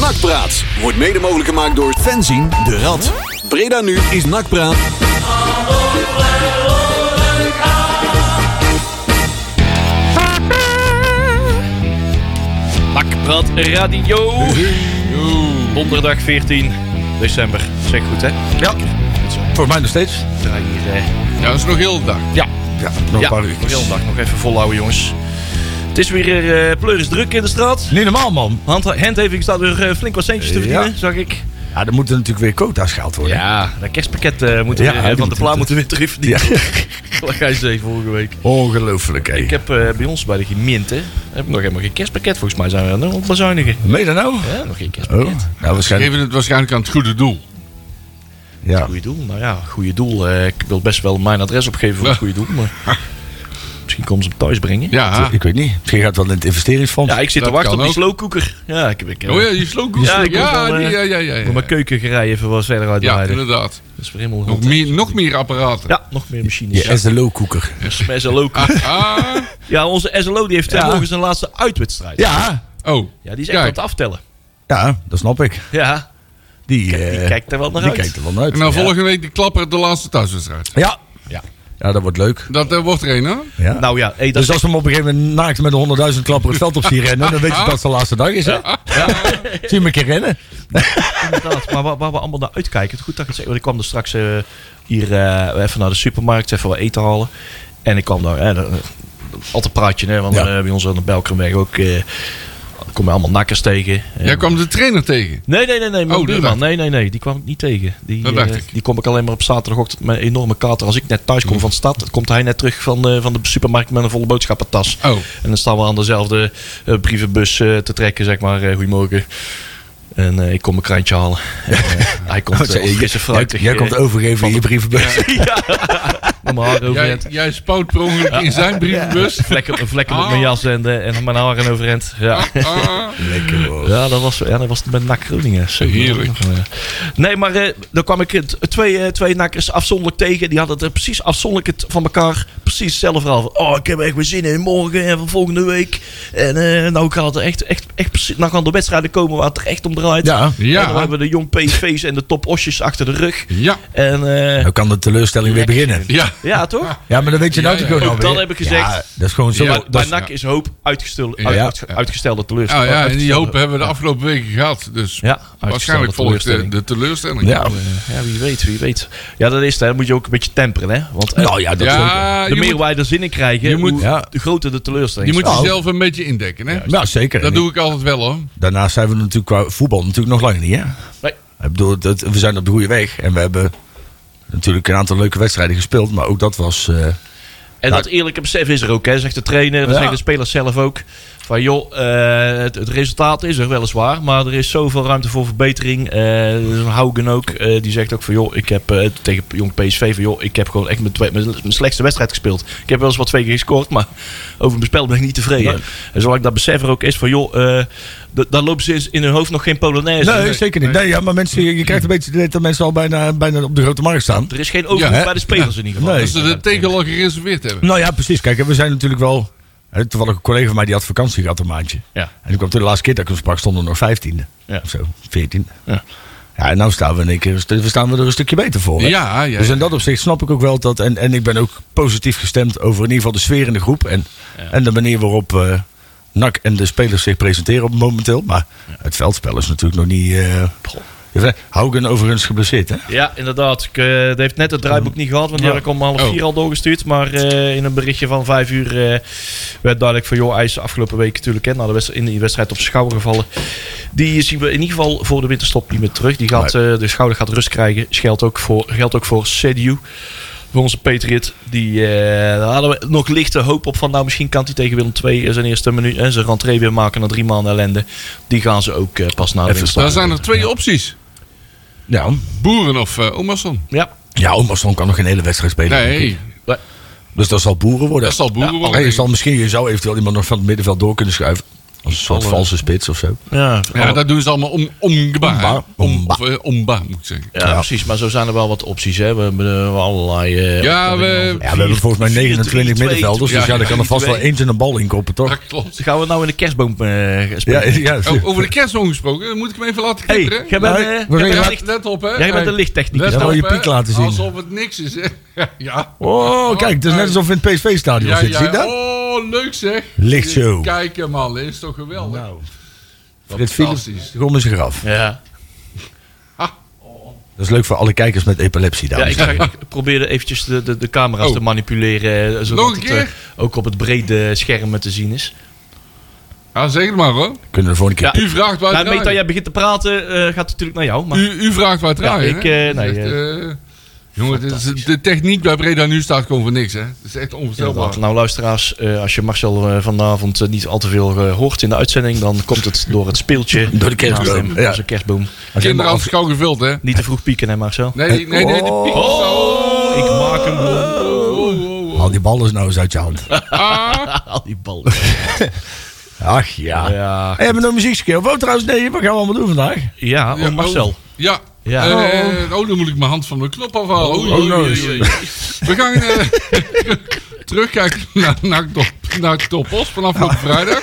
Nakpraat wordt mede mogelijk gemaakt door Fenzin de Rad. Breda nu is Ah, Nakpraat. Nakpraat Radio. Donderdag 14 december. Zeg goed, hè? Ja. Voor mij nog steeds. Draai hier, eh, Ja, dat is nog heel de dag. Ja, Ja, nog ja. een paar Nog uurtjes. heel dag. Nog even volhouden, jongens. Het is weer eh, pleuris druk in de straat. Niet normaal, man. Hand, handheving staat weer eh, flink wat centjes te Ja. verdienen, zag ik. Ja, er moeten natuurlijk weer quota's gehaald worden. Ja, dat kerstpakket eh moet er Ja, weer, die eh, van de moeten- plaat moeten weer terug verdienen. Ja. Wat jij zei vorige week. Ongelooflijk, hé. Ik heb eh, bij ons bij de gemeente heb ik nog helemaal geen kerstpakket. Volgens mij zijn we aan het ontbezuinigen. Meen je dat nou? Ja, nog geen kerstpakket. Oh, nou waarschijnlijk. Geven het waarschijnlijk aan het goede doel. Ja. Goeie doel. Nou ja, goede doel. Eh, ik wil best wel mijn adres opgeven voor het goede doel. Maar misschien komen ze hem thuis brengen. Ja, Ja. Ik weet niet. Misschien gaat het wel in het investeringsfonds. ik zit Dat te wachten op kan die ook. slowcooker. Ja, ik heb ik, eh, Oh ja, die slowcooker. Ja, Ja, ik moet ja, wel, die- ja, eh, ja, ja, ja. moet mijn keukengerij even wat verder Ja, uitleiden. inderdaad. dat is weer helemaal Nog rond. meer, nog meer apparaten. Ja, nog meer machines. Je is de lowkoeker. Mijn SLO. Ah, Ja, onze SLO die heeft Ja. morgen zijn laatste uitwedstrijd. Ja. oh. Ja, die is echt aan Kijk. het aftellen. Ja, dat snap ik. Ja, Die, die eh, kijkt er wel naar die uit. Nou, kijkt er wel naar uit. En dan volgende week de klapper de laatste thuiswedstrijd. Ja. Ja. Ja, dat wordt leuk. Dat eh, wordt er een, hoor. Ja. Nou ja, hey, dat dus als we hem op een gegeven moment naakt met een 100.000 klapper het veld op zien rennen, dan weet je dat het de laatste dag is. Hè? Zie je hem een keer rennen? Inderdaad, maar waar, waar we allemaal naar uitkijken. Het goed dat ik het zeg, want ik kwam er straks eh, hier eh, even naar de supermarkt, even wat eten halen. En ik kwam daar, eh, dat- dat- altijd praatje, hè, want Ja. eh, bij ons aan de Belkrumweg ook, eh kom je allemaal nakkers tegen. En- Jij kwam de trainer tegen. Nee, nee, nee, nee, mijn Oh, dat buurman. dacht Nee, nee, nee, die kwam ik niet tegen. Die, Dat dacht eh, ik. Mm. die kom ik alleen maar op zaterdagochtend met een enorme kater. Als ik net thuis kom van de stad, komt hij net terug van, eh, van de supermarkt met een volle boodschappentas. Oh. En dan staan we aan dezelfde eh, brievenbus eh, te trekken, zeg maar. eh, goedemorgen. En eh, ik kom mijn krantje halen. En, eh, hij komt Oh, Jij- uh, frisse jij, fruitig. jij eh, komt overgeven in je brievenbus. met mijn haar Jij, overhand. jij spoot per ongeluk in zijn brievenbus. Vlekken, vlekken op mijn Ah. jas en, eh, en mijn haar en overhand. Ja. Ah, Lekker hoor. Ja, dat was, ja, dat was met NAC Groningen. Zo, Heerlijk. nog, eh. Nee, maar eh daar kwam ik eh, t- twee, eh, twee nakkers afzonderlijk tegen. Die hadden het er precies afzonderlijk het van elkaar. Precies hetzelfde verhaal. Van, oh, ik heb er echt weer zin in morgen en van volgende week. En eh, nou gaat het echt, echt, echt precies. Nou gaan de wedstrijden komen waar het er echt om draait. Ja. En dan ja, hebben we de jong PSV's en de top Osjes achter de rug. ja, En eh, Nou kan de teleurstelling weer beginnen. ja. ja, toch? Ja, maar dan weet je nou Ja, toch ja. ook Ook alweer. dat heb ik gezegd. Ja, dat is gewoon zo. Ja, dat Bij- is- bij NAC is hoop uitgestelde, Ja. uit- uitge- uitgestelde Oh, teleurstelling. ja, en die hoop Uitgestelde- hebben we de afgelopen weken gehad. Dus Ja, uitgestelde waarschijnlijk volgt eh, de, teleurstelling. de teleurstelling. ja. Nou, eh, Ja, wie weet, wie weet. Ja, dat is het. hè. Dat moet je ook een beetje temperen, hè? Want eh, Nou ja, dat is ook- Ja, de je meer moet, wij er zin in krijgen, je moet- hoe Ja. groter de teleurstelling. je moet is. Nou. jezelf een beetje indekken, hè? Ja, zeker. Dat En doe ik altijd wel, hoor. Daarnaast zijn we natuurlijk qua voetbal natuurlijk nog lang niet. Hè? Nee. Ik bedoel, dat, we zijn op de goede weg. En we hebben natuurlijk een aantal leuke wedstrijden gespeeld. Maar ook dat was... eh, En Nou. dat eerlijke besef is er ook, hè? Zegt de trainer, dat Ja. zeggen de spelers zelf ook. Van joh, eh, het, het resultaat is er weliswaar, maar er is zoveel ruimte voor verbetering. Eh Hougen ook, eh, die zegt ook van joh, ik heb eh, tegen jong PSV van joh, ik heb gewoon echt mijn, twee- mijn, mijn slechtste wedstrijd gespeeld. Ik heb wel eens wat twee keer gescoord, maar over mijn spel ben ik niet tevreden. Nee. En zolang dat besef er ook is van joh, eh, d- dan lopen ze eens in hun hoofd nog geen Polonaise. nee, zeker niet. Nee, ja, maar mensen, je je krijgt een beetje het idee dat mensen al bijna, bijna op de grote markt staan. Er is geen overmoed Ja, hè? bij de spelers in ieder geval. Nee. Dat ze Dus de tegel al gereserveerd hebben. Nou ja, precies. Kijk, en we zijn natuurlijk wel... hè, Toevallig een collega van mij die had vakantie gehad een maandje. Ja. En toen kwam toen de laatste keer dat ik hem sprak, stonden er nog vijftiende. Ja. Of zo, veertiende. Ja. Ja, en nou staan we in één keer, een stu- we staan we er een stukje beter voor. hè? Ja, ja, Dus ja. in dat opzicht snap ik ook wel dat. En, en ik ben ook positief gestemd over in ieder geval de sfeer in de groep. En, en de manier waarop eh NAC en de spelers zich presenteren op momenteel. Maar het veldspel is natuurlijk nog niet. eh Haugen overigens geblesseerd, hè? Ja, inderdaad. Ik, eh, dat heeft net het draaiboek niet gehad, want die Ja. had ik om half Oh. vier al doorgestuurd. Maar eh, in een berichtje van vijf uur eh, werd duidelijk van... joh, hij is afgelopen week natuurlijk hè, na de wedstrijd, in die wedstrijd op zijn schouder gevallen. Die zien we in ieder geval voor de winterstop niet meer terug. Die gaat, eh, de schouder gaat rust krijgen. Geldt ook voor, geldt ook voor CDU. Voor onze Patriot. Die, eh, daar hadden we nog lichte hoop op van... nou, misschien kan hij tegen Willem II zijn eerste minuut... en zijn rentree weer maken na drie maanden ellende. Die gaan ze ook eh, pas na de Even winterstop. Daar zijn er twee opties. Ja. Boeren of eh Omerson. Ja, Ja, Omerson kan nog geen hele wedstrijd spelen. denk ik. Nee, Dus dat zal boeren worden. dat zal boeren Hey, je worden. zal eh, misschien, je zou eventueel iemand nog van het middenveld door kunnen schuiven. Als een soort valse spits of zo. Ja, Ja, dat doen ze allemaal om, omgebaar. Omba. Om, Omba. of, eh, omba, moet ik zeggen. Ja, precies. Maar zo zijn er wel wat opties. Hè. We hebben eh, allerlei... eh, Ja, we... Ja, we hebben volgens mij 29 middenvelders. Dus ja, ja, daar kan er vast wel vier-twee. eentje een bal in koppen, Ja, toch? klopt. gaan we nou in de kerstboom eh Ja, spelen? ja. Oh, over de kerstboom gesproken, dan moet ik hem even laten Hey, kitteren. jij bent, Nee, we eh, jij zijn bent Ja, de raad- licht- let op, hè. jij bent de Hey, lichttechnicus. let Ja, op, wil je hè. piek laten zien. Alsof het niks is, hè. Ja. Oh, kijk, het is net alsof we in het PSV-stadion Ja, zitten. ja, Zie je dat? Oh, leuk zeg. Lichtshow. Kijk hem al, is toch geweldig. Dit Philips, Fantastisch. de grond is graf. Ja. Dat is leuk voor alle kijkers met epilepsie, Dus Ja, dames ik, en heren. ik probeerde eventjes de, de, de camera's Oh. te manipuleren. eh, Zodat Nog een het eh, keer? ook op het brede scherm te zien is. Ja, zeg het maar hoor. Kunnen we de volgende keer... Ja. U vraagt waar Nou, het meet dat draaien. jij begint te praten, eh, gaat het natuurlijk naar jou. Maar U, u vraagt waar het Ja, draaien, ik, hè? eh, nee, Echt, eh, jongen, dit is, de techniek bij Breda nu staat komt voor niks, hè? Het is echt onvoorstelbaar. Inderdaad. Nou, luisteraars, eh, als je Marcel eh, vanavond eh, niet al te veel eh, hoort in de uitzending, dan komt het door het speeltje. Door de kerstboom, naast hem, ja. Onze kerstboom. Kinderen als gauw gevuld, hè? Niet te vroeg pieken, hè, Marcel? Nee, nee, nee, nee, Oh. die piek. Ik maak hem blond. Haal die bal eens nou eens uit je hand. Ah. Al die bal. Ach ja. Hey, Ja, hebben we nog muziekskill? Oh, trouwens, nee, wat gaan we allemaal doen vandaag? ja, Ja, oh, Marcel. Ja. Ja. Eh, oh, dan moet ik mijn hand van de knop afhalen. Oei, Oh, oei, no. oei, oei. We gaan eh, terugkijken naar, naar, Top- naar Top Os vanaf afgelopen vrijdag.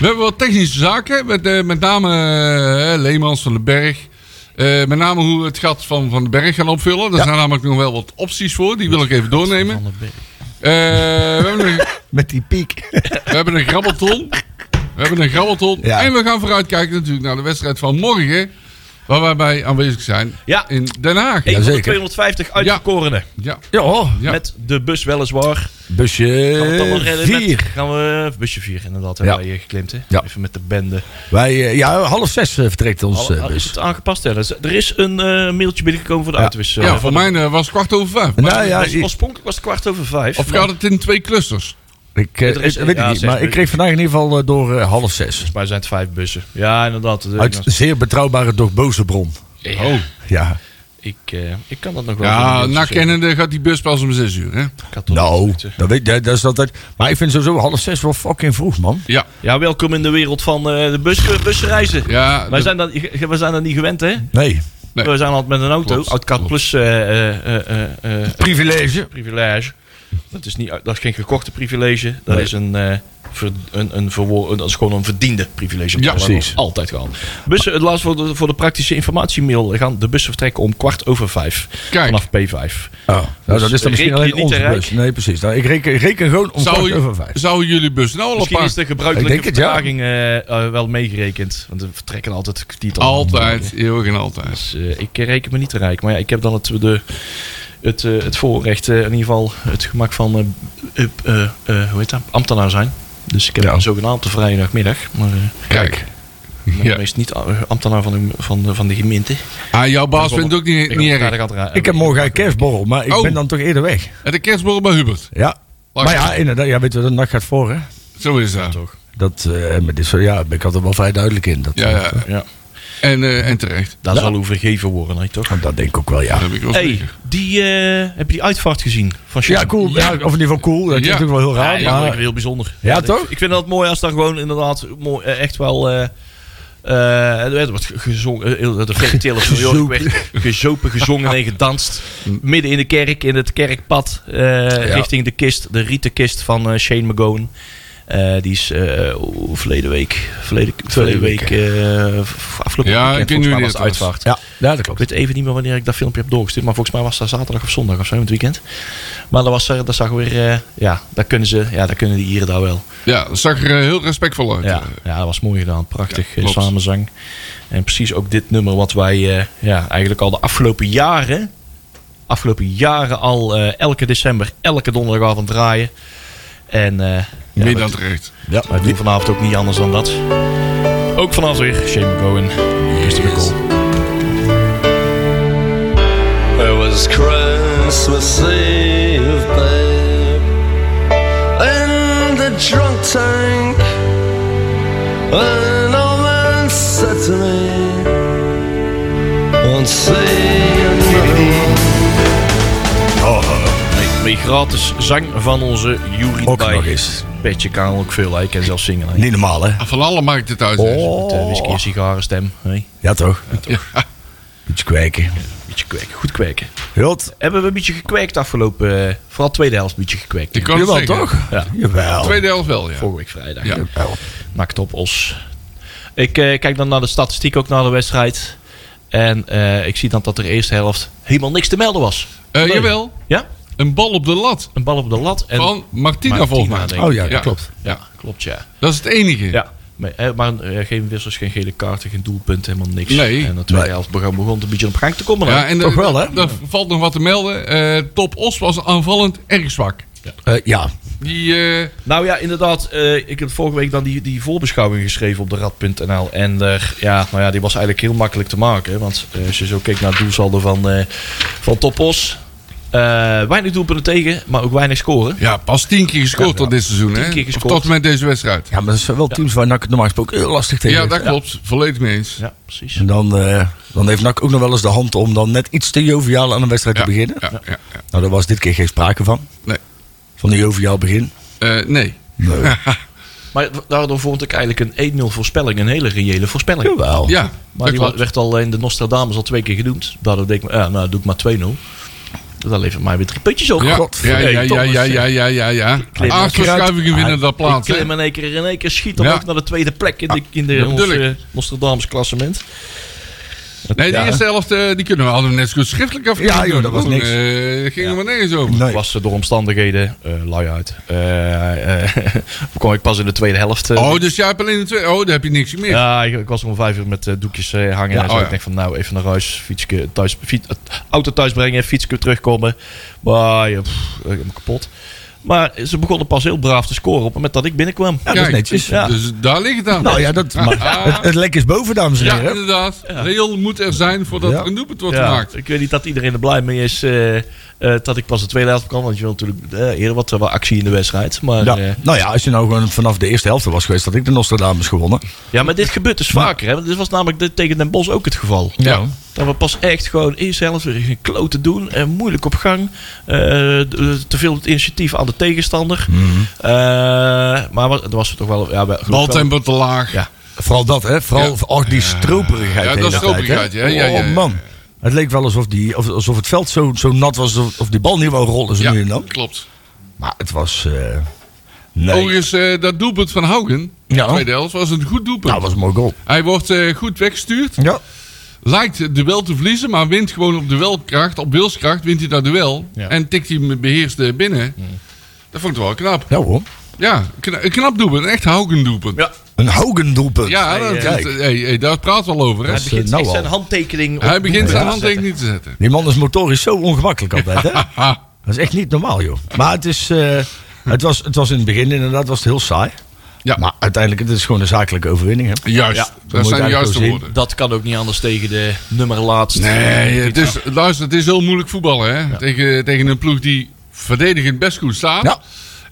We hebben wat technische zaken. Met, eh, met name eh, Leemans van den Berg. Eh, met name hoe we het gat van Van den Berg gaan opvullen. Daar zijn namelijk nog wel wat opties voor. Die wil ik even doornemen. Eh, we, hebben een, Met die piek. we hebben een grabbelton. We hebben een grabbelton. Ja. En we gaan vooruitkijken natuurlijk naar de wedstrijd van morgen. Waar wij bij aanwezig zijn. Ja. In Den Haag. Een van de Jazeker. 250 uitgekorenen. Ja. Ja, hoor. Ja. Met de bus weliswaar. Gaan we het allemaal busje redden met- 4. gaan we, busje 4 inderdaad, hebben Ja. wij eh, geklemd. Hè? Ja. Even met de bende. Wij, eh, ja, half zes eh, vertrekt ons Alle- eh, is bus. het aangepast? Hè? Dus Er is een eh, mailtje binnengekomen voor de Ja. uitwisseling. Ja, voor mij eh, was het kwart over vijf. Maar- Nou ja, Was- ik, Oorspronkelijk was het kwart over vijf. of maar- gaat het in twee clusters? ik, eh, Er is- ik weet het ja, niet, zes maar ik bus. kreeg vandaag in ieder geval eh, door eh, half zes. Volgens mij zijn het vijf bussen. Ja, inderdaad. Dus- De- Uit zeer betrouwbare, doch boze bron. Ja, Oh. Ja, ik, eh, ik kan dat nog wel. Ja, nou, vinden. dus, eh, na kennende gaat die bus pas om zes uur. Hè? Ik had toch nou, niet, eh. dat, weet, dat, dat is altijd... Maar ik vind sowieso half zes wel fucking vroeg, man. Ja. Ja, welkom in de wereld van eh, de bus, busreizen. ja Wij dat- zijn dat, we zijn dat niet gewend, hè? Nee. Nee. We zijn altijd met een auto. Klopt, Oud-Cat klopt. Plus eh, eh, eh, eh, eh, Privilege. privilege. Dat is, niet, dat is geen gekochte privilege. Dat Nee. is een, eh, ver- een, een verwoor- dat is gewoon een verdiende privilege. Ja, Dat hebben we precies. Altijd gehad. Bussen, het laatst voor de, voor de praktische informatiemail gaan de bussen vertrekken om kwart over vijf. Kijk. Vanaf P5. Oh, nou, dat is Dus reken dan misschien je alleen niet onze te rijk? bus. Nee, precies. Nou, ik reken, ik reken gewoon om zou, kwart je- over vijf. zouden jullie bus nou al op Misschien is paard? de Ik gebruikelijke denk het, ja. vertraging eh, eh, wel meegerekend. Want we vertrekken altijd een kwartier tot Altijd, eeuwig en altijd. Dus, eh, ik reken me niet te rijk. Maar ja, ik heb dan het, de, het, eh, het voorrecht, eh, in ieder geval het gemak van eh, eh, eh, eh, hoe heet dat? ambtenaar zijn. Dus ik heb Ja. een zogenaamde vrijdagmiddag. Maar eh, Kijk. ik ben Ja. meest niet eh, ambtenaar van de, van de, van de gemeente. Ah, jouw baas vindt het ook niet, Ik niet heb erg. vrijdag altijd- Ik heb morgen een kerstborrel, maar ik Oh. ben dan toch eerder weg. En de kerstborrel bij Hubert. Ja. Laat Maar ik- ja, inderdaad, ja, weet je wat de nacht gaat voor, hè? Zo is dat. Dat, eh, met dit soort, ja, daar ben ik altijd wel vrij duidelijk in. Dat, eh, Ja, ja. Ja, En, eh, en terecht. dat Ja. zal hoe vergeven worden, hè, toch? Nou, Dat denk ik ook wel, ja. Dat heb ik wel hey, zeker. die, eh, heb je die uitvaart gezien? Van Ja, Sjaak? cool. Ja, of in ieder geval cool. Dat is Ja. natuurlijk wel heel Ja, raar, ja, maar... heel bijzonder. Ja, ik- toch? Ik, vind dat mooi als daar gewoon inderdaad mooi, eh, echt wel. eh eh, er werd wat gezongen, eh, heel- de vegetarische Gezopen. Mm. verjoring werd gezopen, gezongen en gedanst. Midden in de kerk, in het kerkpad, eh, richting de kist, de rieten kist van eh, Shane McGowan. Eh, die is eh oh, verleden week, verleden, verleden week, eh, v- afgelopen Ja, weekend ik weet volgens nu mij wie was dat de was. uitvaart. Ja, ja, dat Ik klopt. weet even niet meer wanneer ik dat filmpje heb doorgestuurd. Maar volgens mij was dat zaterdag of zondag of zo in het weekend. Maar dat was er, dat zag weer. eh, ja, dat kunnen ze. Ja, dat kunnen die hier daar wel. Ja, dat zag er eh, heel respectvol uit. Eh, Ja, ja, dat was mooi gedaan. Prachtig Ja, eh, klopt. samenzang. En precies ook dit nummer wat wij eh, ja, eigenlijk al de afgelopen jaren. Afgelopen jaren al eh, elke december, elke donderdagavond draaien. En eh ja, Meer we- dan terecht. Ja, wij doen vanavond ook niet anders dan dat. Ook vanavond weer Shane Cohen. Eerste goal. It was Christmas Eve, babe. In the drunk tank, an old man said to me, Won't see another Met gratis zang van onze Jury ook Dijk. nog eens. petje kan ook veel. Hij kan zelfs zingen. hè. Niet normaal, hè? Ah, Van alle maakt het uit. dus. Met eh, whisky en sigaren stem. hè. Ja, toch? Ja. Iets kwijken. Beetje kweken. Goed kweken. Jot. Hebben we een beetje gekweekt afgelopen... eh, vooral tweede helft een beetje gekweekt. Ik kan het Jawel, zeggen. toch? Ja. Jawel. Tweede helft wel, ja. Vorige week vrijdag. Ja. Jawel. Nakt op Os. Ik eh, kijk dan naar de statistiek, ook naar de wedstrijd. En eh, ik zie dan dat er eerste helft helemaal niks te melden was. Eh, Leuk. jawel, Ja, een bal op de lat een bal op de lat. En van Martina, Martina, volgens mij. denk ik. Oh ja, dat Ja. klopt. Ja, klopt ja. Dat is het enige. Ja. Maar, eh, maar eh, geen wissels, geen gele kaarten, geen doelpunt, helemaal niks. Nee. En de tweede Nee. helft begon, begon het een beetje op gang te komen. Ja, Ja, en Oh, Toch er- wel, hè? er- Er valt nog wat te melden. Eh, Top Os was aanvallend erg zwak. Eh, ja. Die, eh, Nou ja, inderdaad. eh, ik heb vorige week dan die, die voorbeschouwing geschreven op de rad.nl. En eh, ja, nou ja, die was eigenlijk heel makkelijk te maken. hè, Want eh, als je zo keek naar het doelsaldo van, eh van Topos. eh, weinig doelpunten tegen, maar ook weinig scoren. ja, pas tien keer gescoord tot dit seizoen, hè? keer Of gescoord. Tot en met deze wedstrijd. ja, maar dat zijn wel teams waar NAC normaal gesproken heel lastig tegen Ja, is. dat klopt. Volledig mee eens. Ja, precies. En dan, eh, dan heeft NAC ook nog wel eens de hand om dan net iets te joviaal aan een wedstrijd Ja, te beginnen. ja, ja, ja. Nou, daar was dit keer geen sprake van. Nee. Van een joviaal begin. Eh, nee. Nee. Maar daardoor vond ik eigenlijk een 1-0 voorspelling een hele reële voorspelling. Jawel. Ja, dat Maar die klopt. werd al in de Nostradamus al twee keer genoemd. Daardoor denk ik, ja, nou doe ik maar 2-0. Dat levert mij weer drie puntjes op. Ja, ja, Godverdomme. ja, ja, ja, ja, ja, ja, ja. klim Acht lekker verschuivingen winnen dat ik plaats. hè? klim in één keer in één keer schiet dan Ja. ook naar de tweede plek in de, in de dat ons, bedoel ik. eh, Nostradamus klassement. Nee, de Ja. eerste helft, eh, die kunnen we hadden we net zo goed schriftelijk af. Ja, joh, dat was niks. ging er maar nergens over. Nee. Was eh, door omstandigheden, eh lui uit. Eh, eh, kwam ik pas in de tweede helft. eh, Oh, dus jij hebt alleen de twee. Oh, daar heb je niks meer. Ja, ik, ik was er om vijf uur met eh, doekjes eh, hangen. Ja, en zo. oh ja. Ik denk van nou, even naar huis, fietsje thuis, fiets, eh, auto thuis brengen, fietsje terugkomen. Maar ja, pff, eh, ik ben kapot. Maar ze begonnen pas heel braaf te scoren op het moment dat ik binnenkwam. Ja, dat is netjes. ja. Dus daar ligt het aan. Nou ja, dat, maar, Ah. het, het lek is boven, dames en Ja, heren. inderdaad. Rail moet er zijn voordat Ja. er een doelpunt wordt Ja, gemaakt. ik weet niet dat iedereen er blij mee is eh, eh, dat ik pas de tweede helft kwam. Want je wil natuurlijk eh, eerder wat, eh, wat actie in de wedstrijd. Maar, eh, Ja. ja. eh, Nou ja, als je nou gewoon vanaf de eerste helft was geweest, had ik de Nostradamus gewonnen. ja, maar dit gebeurt dus vaker. Hè? Want dit was namelijk dit tegen Den Bosch ook het geval. Ja. Dat we pas echt gewoon eerst zelf weer geen klote doen. En moeilijk op gang. Eh, d- te veel het initiatief aan de tegenstander. Mhm. Eh, maar wa- er was toch wel... Ja, wel- Baltempo te laag. Ja. Vooral dat, hè? Vooral oh, die stroperigheid. Ja, de hele dat tijd, hè? stroperigheid, ja, ja, ja, ja. Oh man. Het leek wel alsof, die, of- alsof het veld zo, zo nat was. Of, of die bal niet wou rollen, zo Ja, nu en dan. klopt. Maar het was. eh, nee. Overigens, eh, dat doelpunt van Haugen, Ja. tweede helft, was een goed doelpunt. Nou, dat was een mooi goal. Hij wordt eh, goed weggestuurd. Ja. Lijkt het duel te verliezen, maar wint gewoon op duelkracht. Op wilskracht wint hij dat duel. Ja. En tikt hij hem beheerst binnen. Dat vond ik wel knap. Ja hoor. Ja, kna- een knap doelpunt. Een echt Haugen doelpunt. Ja, Een Haugen-doelpunt. dat, eh, kijk. dat- hey, hey, daar praat wel over. Hè. Hij begint nou echt al. zijn handtekening... op- eh, Hij begint Ja. zijn handtekening te zetten. Die man is motorisch zo ongemakkelijk altijd, hè? Ha, Dat is echt niet normaal, joh. Maar het is. eh, het, was, het was in het begin inderdaad was het heel saai. Ja. Maar uiteindelijk, het is gewoon een zakelijke overwinning, hè? juist. Ja, dat moet je zijn eigenlijk de juiste zo zien. woorden. Dat kan ook niet anders tegen de nummer laatst. Nee, het is, luister, het is heel moeilijk voetballen. Hè? Tegen, tegen een ploeg die verdedigend best goed staat. Ja.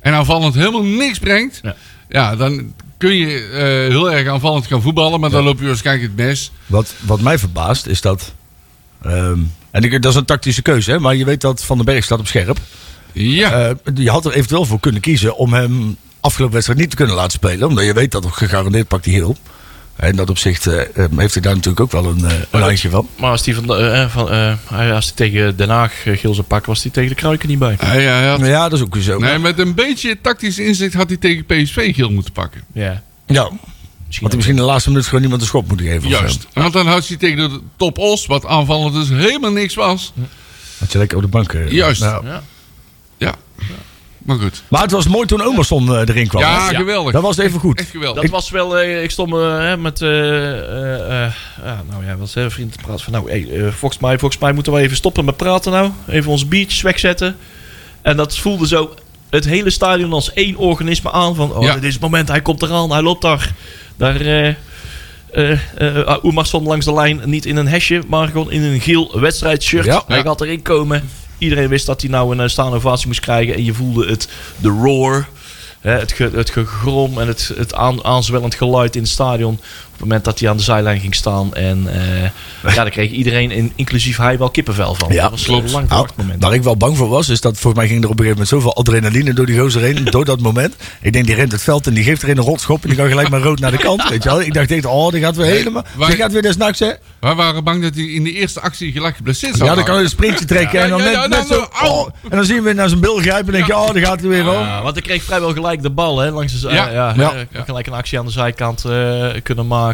En aanvallend helemaal niks brengt. Ja, Ja. dan kun je eh, heel erg aanvallend gaan voetballen. Maar dan loop je waarschijnlijk het mes. Wat, wat mij verbaast is dat. ehm, en ik, dat is een tactische keuze, hè? maar je weet dat Van den Berg staat op scherp. Ja, Eh, je had er eventueel voor kunnen kiezen om hem afgelopen wedstrijd niet te kunnen laten spelen. Omdat je weet dat gegarandeerd pakt hij heel. En dat opzicht eh, ehm, heeft hij daar natuurlijk ook wel een, eh, een lijntje van. Maar als die, van, de- eh, van, eh, hij- als die tegen Den Haag eh, geel zou pakken, was die tegen de Kruiken niet bij. Eh, hij, hij had- Ja, dat is ook weer zo. nee, met een beetje tactisch inzicht had hij tegen PSV geel moeten pakken. Ja, Ja, misschien want hij misschien in de laatste minuut gewoon niemand een schop moeten geven. of zo. Juist. Want dan had hij tegen de top Os, wat aanvallend dus helemaal niks was. Dat je lekker op de bank. eh, Juist. nou. Ja. Ja. Maar goed. Maar het was mooi toen Omerson eh, erin kwam. Ja, hè? geweldig. Dat was even goed. Echt geweldig. Dat was wel, eh, ik stond eh, hè, met, eh, eh, eh, ah, nou ja, was een vriend te praten van, nou, hey, eh, volgens, mij, volgens mij moeten we even stoppen met praten nou. Even onze biertjes wegzetten. En dat voelde zo het hele stadion als één organisme aan van, oh, Ja. dit is het moment, hij komt eraan, hij loopt daar. Daar, eh eh eh, Oemarsson langs de lijn, niet in een hesje, maar gewoon in een geel wedstrijdshirt. Ja. hij Ja. gaat erin komen. Iedereen wist dat hij nou een eh, staande ovatie moest krijgen. En je voelde het, de roar, hè, het, ge- het gegrom en het, het aan, aanzwellend geluid in het stadion. het moment dat hij aan de zijlijn ging staan. En eh, ja, daar kreeg iedereen, in, inclusief hij, wel kippenvel van. Ja, dat was klopt. een lang Nou, verwacht moment. waar ik wel bang voor was, is dat volgens mij ging er op een gegeven moment zoveel adrenaline door die gozer heen, door dat moment. Ik denk, die rent het veld en die geeft er een rotschop en die gaat gelijk maar rood naar de kant. Weet je wel? Ik dacht, echt, oh, die gaat weer helemaal, wij- die gaat weer desnachts, hè? Wij waren bang dat hij in de eerste actie gelijk geblesseerd zou Ja, dan kan raken. hij een sprintje trekken en dan Ja, ja, ja, net, net dan- zo, oh, en dan zien we weer naar zijn bil grijpen en denk je, oh, daar gaat hij weer om. Ja, want ik kreeg vrijwel gelijk de bal hè, langs de zij- Ja, ja, ja, ja. eh, gelijk een actie aan de zijkant eh, kunnen maken.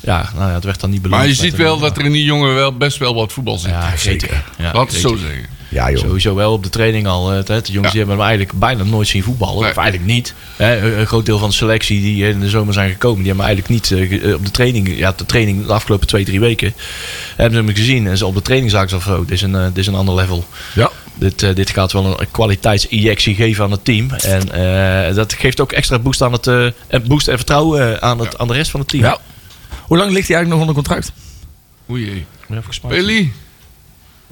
Ja, nou ja, het werd dan niet beloond. Maar je met ziet een- wel dat er in die jongen wel best wel wat voetbal zit. Ja, zeker. Ja, Laat het zeker. zo zeggen. Ja, joh. Sowieso wel op de training al. eh, het- het- De jongens die Ja. hebben hem eigenlijk bijna nooit zien voetballen. Nee. Of eigenlijk niet. Hè, een- een groot deel van de selectie die in de zomer zijn gekomen, die hebben hem eigenlijk niet eh, ge- eh, op de training. Ja, de training de afgelopen twee, drie weken hebben ze hem gezien. En ze op de training zagen ze al van, oh, dit is een, eh, dit is een ander level. Ja. Dit, eh, dit gaat wel een- een kwaliteitsinjectie geven aan het team. En eh, dat geeft ook extra boost, aan het, eh, en boost en vertrouwen eh, aan, het, aan de rest van het team. Ja. Hoe lang ligt hij eigenlijk nog onder contract? Oei. Ja, volgens mij- Peli.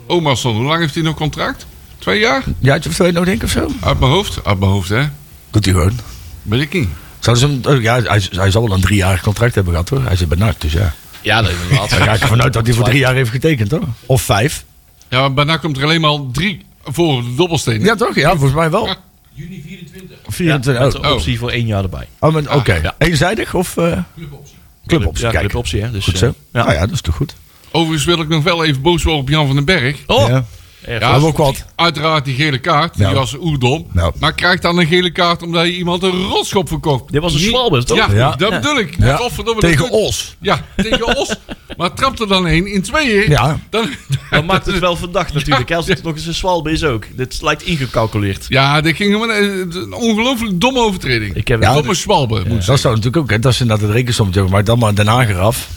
Omarsson, hoe lang heeft hij nog contract? Twee jaar? Ja, of twee nog, denk ik, of zo? Uit mijn hoofd? Uit mijn hoofd, hè? Doet hij gewoon. Weet ik niet. Zouden ze hem, oh, ja, hij, hij zal wel een driejarig contract hebben gehad, hoor. Hij zit bij NAC, dus ja. Ja, dat is Daar ga ik ervan uit dat hij voor drie jaar heeft getekend, hoor. Of vijf. Ja, maar bijna komt er alleen maar al drie voor de dobbelsteen. Ja, toch? Ja, volgens mij wel. Juni 24. Met 24, de optie voor één jaar erbij. oh. oh, met- oké. ja. Eenzijdig of... eh Cluboptie. Ja, kijk. cluboptie, hè. Dus, Goed zo. eh, ja. ja. Nou ja, dat is toch goed. Overigens wil ik nog wel even boos worden op Jan van den Berg. Oh! Ja. Erg. Ja, ook wat. Uiteraard die gele kaart, die Ja. was oerdom. Ja. Maar krijgt dan een gele kaart omdat je iemand een rotschop verkocht. Dit was een Niet- zwalbe, toch? Ja, Ja. dat bedoel ik. Ja. Godverdomme, dat Tegen doet- Os. Ja, tegen Os. Maar trapt er dan één in tweeën. Ja. Dan, Dat maakt het wel verdacht natuurlijk. hè, Als het nog eens een zwalbe is ook. Dit lijkt ingecalculeerd. ja, dit ging gewoon een, eh, een ongelooflijk domme overtreding. Ik heb Ja, domme zwalbe. moet ik Dat zeggen. zou natuurlijk ook... hè, Dat is inderdaad het rekensommetje. Maar dan maar Den Haag eraf.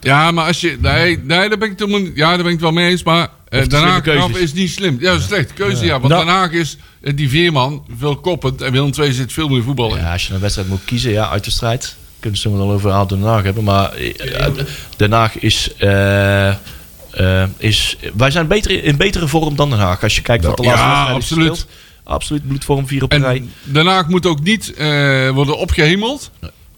Ja, maar als je... Nee, nee daar, ben ik het helemaal niet- ja, daar ben ik het wel mee eens. Maar eh Den Haag slimme keuzes. eraf is niet slim. Ja, slecht keuze, ja. want Nou. Den Haag is eh, die veerman veelkoppend. En Willem II zit veel meer voetballen. Ja, als je een wedstrijd moet kiezen, ja, uit de strijd. Kunnen ze het wel over ADO Den Haag hebben. Maar eh, eh, Den Haag is... eh, eh, is wij zijn beter, in betere vorm dan Den Haag. Als je kijkt wat de Ja, laatste wedstrijd is absoluut. gespeeld. Absoluut bloedvorm, vier op een rij. En Den Haag moet ook niet eh, worden opgehemeld.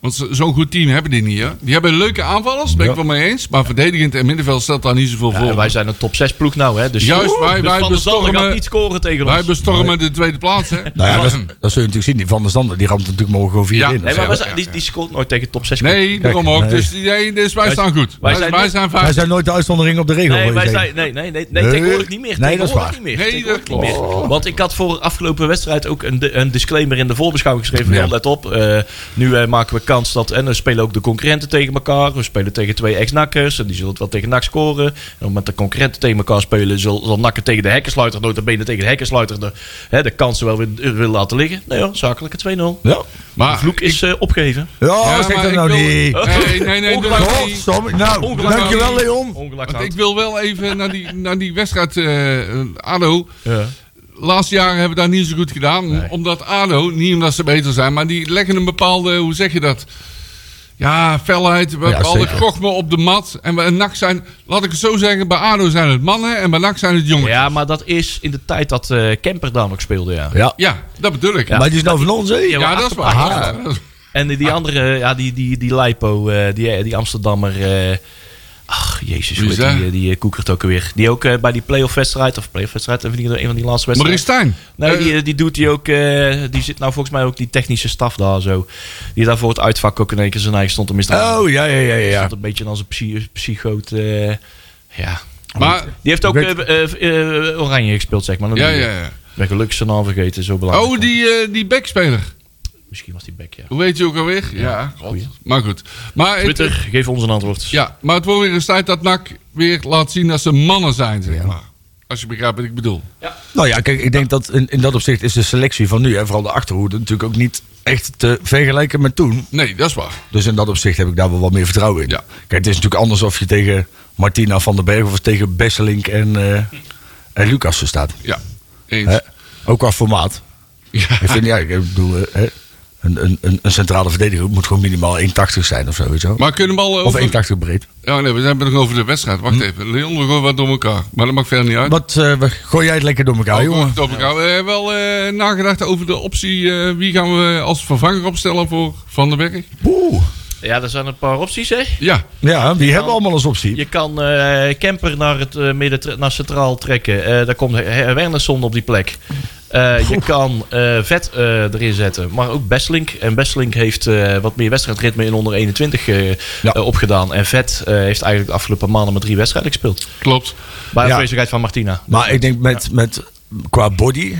Want zo- zo'n goed team hebben die niet, hè. Die hebben leuke aanvallers, ben ik wel mee eens. Maar verdedigend en middenveld stelt daar niet zoveel Ja, voor. en wij zijn een top 6 ploeg nou. Hè, dus Juist, wij- dus wij Van der Zanden bestormen- gaat niet scoren tegen Wij ons. bestormen de tweede plaats, hè. Nou ja, dat, dat zul je natuurlijk zien. Die Van der Zanden, die ramt natuurlijk morgen gewoon vier Ja. in. nee, maar wij Ja, zijn- ja, die, die scoort nooit tegen top 6. Nee, daarom ook. nee. Dus, die- nee, dus wij Wij- staan goed. wij Wij, zijn- wij zijn Wij vijf. zijn nooit de uitzondering op de regel. Nee, wil je wij zeggen. zijn, nee, nee, nee, nee, Nee. tegenwoordig niet meer. Nee, dat is tegenwoordig waar. niet meer. Nee, tegenwoordig dat niet meer. Want ik had voor de afgelopen wedstrijd ook een, de- een disclaimer in de voorbeschouwing geschreven. Ja. Ja. Let op, eh, nu eh, maken we kans dat... En dan spelen ook de concurrenten tegen elkaar. We spelen tegen twee ex-nakkers. En die zullen het wel tegen nak scoren. En op het moment dat de concurrenten tegen elkaar spelen... zal, zal nakken tegen de hekkensluiter, notabene tegen de hekkensluiter... De, hè, de kansen wel weer eh, willen laten liggen. Nee hoor, zakelijke 2-0. Ja. De Maar vloek is eh, opgegeven. Ja, Ja, zeg maar dat ik nou wil- Oh, niet. Nee, nee, nee. doe dat niet. Godsamme. Nou, Ongelukkig. dankjewel Leon. Ongelukkig. Want ik hard. wil wel even naar die, naar die wedstrijd eh, ADO. Ja. Laatste jaren hebben we daar niet zo goed gedaan. Omdat ADO, niet omdat ze beter zijn, maar die leggen een bepaalde, hoe zeg je dat? Ja, felheid, we hebben alle zeker. gochme op de mat. En we en NAC zijn, laat ik het zo zeggen, bij ADO zijn het mannen en bij NAC zijn het jongens. Ja, Ja, maar dat is in de tijd dat eh Kemper daar nog speelde, ja. Ja. dat bedoel ik. Ja, Maar die is nou van ons, hè? dat is waar. Ja, dat is- En die Ah. andere, ja, die, die, die Lipo, eh, die, die Amsterdammer. eh, ach, jezus, Wie hoe is heet die, dat? eh, die eh, koekert ook weer. Die ook eh, bij die playoff wedstrijd, of playoff wedstrijd, een van die- een van die laatste wedstrijden. Maristijn. Nee, eh, die, eh, die doet die ook. eh, die zit nou volgens mij ook die technische staf daar zo. Die daar voor het uitvak ook in één keer zijn eigen stond te misdragen. Oh, ja, ja, ja, ja. Stond een beetje als een psy- psychoot. eh, ja. maar, Die heeft ook Ik weet- eh, eh, eh, Oranje gespeeld, zeg maar. ja, ja, ja. Ik ben gelukkig zijn naam vergeten, zo belangrijk. Oh, die, eh, die backspeler. Misschien was die bek, ja. Hoe weet je ook alweer? Ja, god. goeie. maar goed. Maar het- Twitter, geef ons een antwoord. Ja, maar het wordt weer eens tijd dat NAC weer laat zien dat ze mannen zijn, zeg maar. Als je begrijpt wat ik bedoel. Nou ja, kijk, ik denk dat in, in dat opzicht is de selectie van nu, en vooral de achterhoede, natuurlijk ook niet echt te vergelijken met toen. Nee, dat is waar. Dus in dat opzicht heb ik daar wel wat meer vertrouwen in. Ja. Kijk, het is natuurlijk anders of je tegen Martina van den Berg of tegen Besselink en, eh en Lucas staat. Ja, eens. Hè? Ook qua formaat. Ja. Ik vind, ja, ik bedoel, eh, hè, een, een, een, een centrale verdediger moet gewoon minimaal 1,80 zijn of zo, weet je wel. Maar kunnen we al eh, Of Hm. over... 1,80 breed. Ja, nee, we zijn nog over de wedstrijd. Wacht even. Leon, we gooien wat door elkaar. Maar dat maakt verder niet uit. Wat, eh, we- gooi jij het lekker door elkaar, We gooien jongen. het door elkaar. We hebben wel eh, nagedacht over de optie... eh, wie gaan we als vervanger opstellen voor Van den Berg? Oeh. Ja, er zijn een paar opties, hè. Ja, Ja, die hebben we allemaal als optie. Je kan eh, camper naar, het, eh, midden tre- naar Centraal trekken. Eh, daar komt Her- Wernersson op die plek. Eh, je kan eh, vet eh, erin zetten, maar ook Bestlink. En Bestlink heeft eh, wat meer wedstrijdritme in onder 21 eh, Ja. eh, opgedaan. En vet eh, heeft eigenlijk de afgelopen maanden maar drie wedstrijden gespeeld. klopt. Bij Ja. afwezigheid van Martina. Maar ik denk met, met qua body.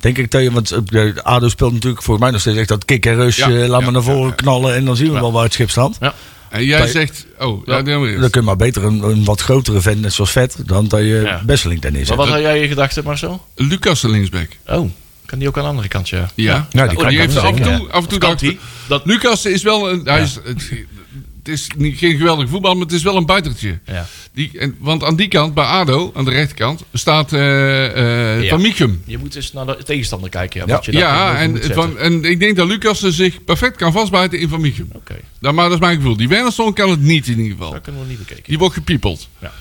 Denk ik dat je, want eh, Ado speelt natuurlijk voor mij nog steeds echt dat kick en rush. Ja, eh, laat ja, me naar ja, voren ja. knallen en dan zien we wel waar het schip strandt. Ja. En jij Bij- zegt... Oh, ja, doe maar Dan eerst. kun je maar beter een, een wat grotere vent, net zoals Vet, dan dat je Ja. Besseling daarin zet. Maar wat had jij je gedacht, Marcel? Lucas de linksback. Oh, kan die ook aan de andere kant, ja. Ja, Ja, die Oh, kan die heeft kan af en zeker, toe... Af en toe Kan dacht- die? Dat- Lucas is wel een... Hij is, het, het is niet, geen geweldig voetbal, maar het is wel een buitertje. Ja. Die, en, want aan die kant, bij ADO, aan de rechterkant, staat eh, eh, Ja. Van Michum. Je moet eens naar de tegenstander kijken. Ja, Ja. wat je daar Ja, tegenover en, moet het zetten. van, en ik denk dat Lucas er zich perfect kan vastbijten in Van Michum. Oké, Nou, maar dat is mijn gevoel. Die Wernersson kan het niet in ieder geval. dat kunnen we niet bekijken. Die wordt gepiepeld. Ja.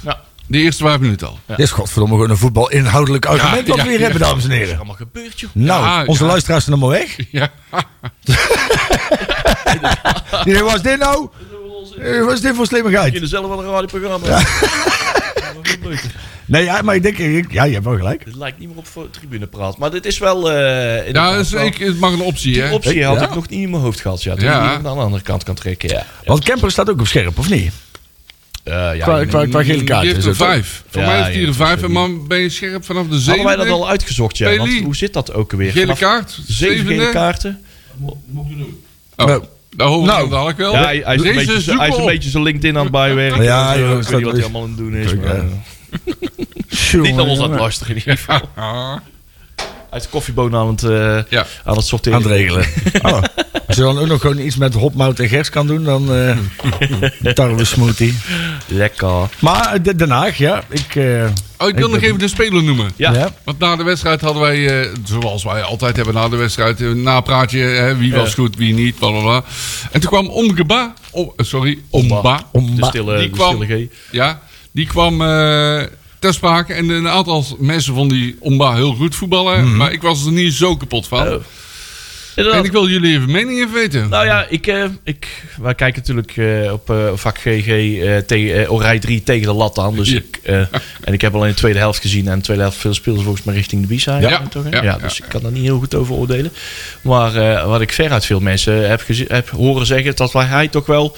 Ja. De eerste vijf minuten al. Dit is godverdomme gewoon een voetbal inhoudelijk argument wat we hier hebben, dames en Wat heren. allemaal gebeurt, joh. Nou, Ja, onze ja. luisteraars zijn allemaal weg. Ja. Die denken, wat is dit nou? Eh, Wat is dit voor slimmigheid? Jullie zelf wel een radioprogramma. Nee, ja, maar ik denk, ik- ja, je hebt wel gelijk. Dit lijkt niet meer op voor tribunepraat. Maar dit is wel... eh in Ja, dus ik, het mag een optie, Die hè? optie had Ja. ik nog niet in mijn hoofd gehad. Ja, dat Ja. je die aan de andere kant kan trekken. Ja. Want Kemper staat ook op scherp, of niet? Eh, ja, Qua, qua, qua gele kaart. Die heeft is Oh, er het, hoor. vijf. Voor Ja, mij heeft ja, hij er dat vijf. is En man, ben je scherp vanaf de Hadden zevende? wij dat al uitgezocht, ja. Want Peli. hoe zit dat ook alweer? Gele Vanaf kaart. Zeven Zevende. gele kaarten. Oh, Nou. daar horen we Nou. dan dadelijk wel. Ja, hij, hij is Oh, Deze een beetje, zijn- zoeken hij is een op. beetje zijn LinkedIn aan het bijwerken. Ja, Dus, eh, joh, ik weet dat niet wat is- hij allemaal aan het doen is. Kijk, maar, ja. eh, Niet dat ons dat lastig in ieder geval. Ah. Hij is de koffieboon aan het, eh, Ja. aan het sorteren. aan het regelen. Oh, als je dan ook nog gewoon iets met hopmout en gers kan doen, dan eh tarwe smoothie. Lekker. Maar eh, de Den Haag, ja. Ik, eh, Oh, ik wil nog even de speler noemen. Ja. ja. Want na de wedstrijd hadden wij, eh, zoals wij altijd hebben na de wedstrijd, een napraatje. Hè, wie was goed, wie niet, bla bla bla. En toen kwam Omgeba. Oh, eh, sorry, Omba. De stille, Die de kwam- stille G. Ja, die kwam eh, ter sprake. En een aantal mensen vonden die Omba heel goed voetballen. Maar ik was er niet zo kapot van. Mhm. Oh. En Inderdaad. ik wil jullie even mening even weten. Nou ja, ik, eh, ik, wij kijken natuurlijk eh, op eh, vak GG eh tegen, eh, orij 3 tegen de lat aan. Dus Ja. ik, eh, en ik heb alleen de tweede helft gezien. En de tweede helft veel speelden volgens mij richting de Bisa. Ja. toch, hè? Ja, ja, ja, dus ik kan daar niet heel goed over oordelen. Maar eh, wat ik veruit veel mensen heb, gezi- heb horen zeggen... is dat wij hij toch wel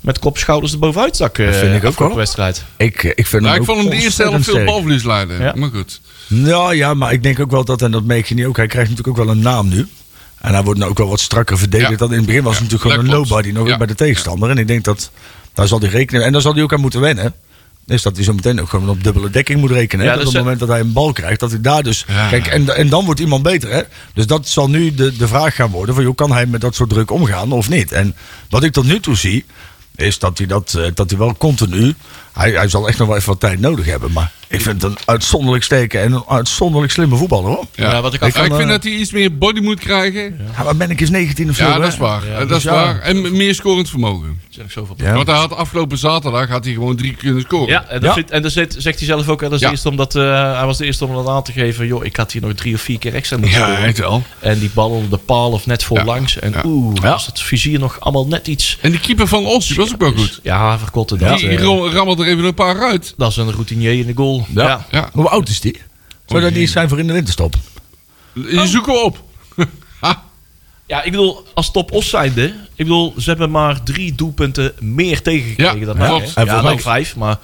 met kop schouders erbovenuit stak eh Dat vind ik ook afgelopen wel. wedstrijd. Ik, eh, ik, vind Nou, hem ik ook vond hem de eerste helft veel ontzettend sterk. balverlies leiden. Ja. Maar goed. Nou ja, maar ik denk ook wel dat, en dat merk je niet ook, hij krijgt natuurlijk ook wel een naam nu. En hij wordt nou ook wel wat strakker verdedigd Ja. dan in het begin was Ja, het natuurlijk gewoon dat een klopt. nobody nog Ja. bij de tegenstander. En ik denk dat, daar zal hij rekenen, en daar zal hij ook aan moeten wennen. Is dat hij zo meteen ook gewoon op dubbele dekking moet rekenen. hè? Ja, dat dus, op het eh, moment dat hij een bal krijgt, dat hij daar dus... Ja. Kijk, en, en dan wordt iemand beter, hè? Dus dat zal nu de, de vraag gaan worden van, joh, kan hij met dat soort druk omgaan of niet? En wat ik tot nu toe zie, is dat hij, dat, eh, dat hij wel continu... Hij, hij zal echt nog wel even wat tijd nodig hebben, maar ik vind het een uitzonderlijk sterke en een uitzonderlijk slimme voetballer, hoor. Ja. Ja, wat ik ik, af- ik kan, vind eh, dat hij iets meer body moet krijgen. Ja, Ja, maar ben ik eens 19 of zo, hè? dat is waar. Eh, dat dus is ja. waar. En m- meer scorend vermogen. Er zijn nog zoveel Ja. Want eh, hij had afgelopen zaterdag had hij gewoon drie kunnen scoren. Ja, en, dat Ja. vindt- en dat zit- zegt hij zelf ook. hè, Dat is Ja. de eerste omdat, eh, hij was de eerste om dat aan te geven. Joh, ik had hier nog drie of vier keer extra moeten ja scoren. heet wel. En die bal onder de paal of net voor Ja. langs. En Ja. oeh, Ja. was het vizier nog allemaal net iets. En die keeper van Os die was ook wel goed. Ja, verkotte dat. Die eh, ro- rammelt er even een paar uit. dat is een routinier in de goal. Ja. Ja. Ja. Hoe oud is die? Zou dat jee. niet zijn voor in de winterstop? Oh. Je zoekt hem op. Ha, Ja, ik bedoel, als top os zijnde. Ik bedoel, ze hebben maar drie doelpunten meer tegengekregen Ja, dan klopt. wij. En hè. Ja, volgens nou mij- vijf. Maar,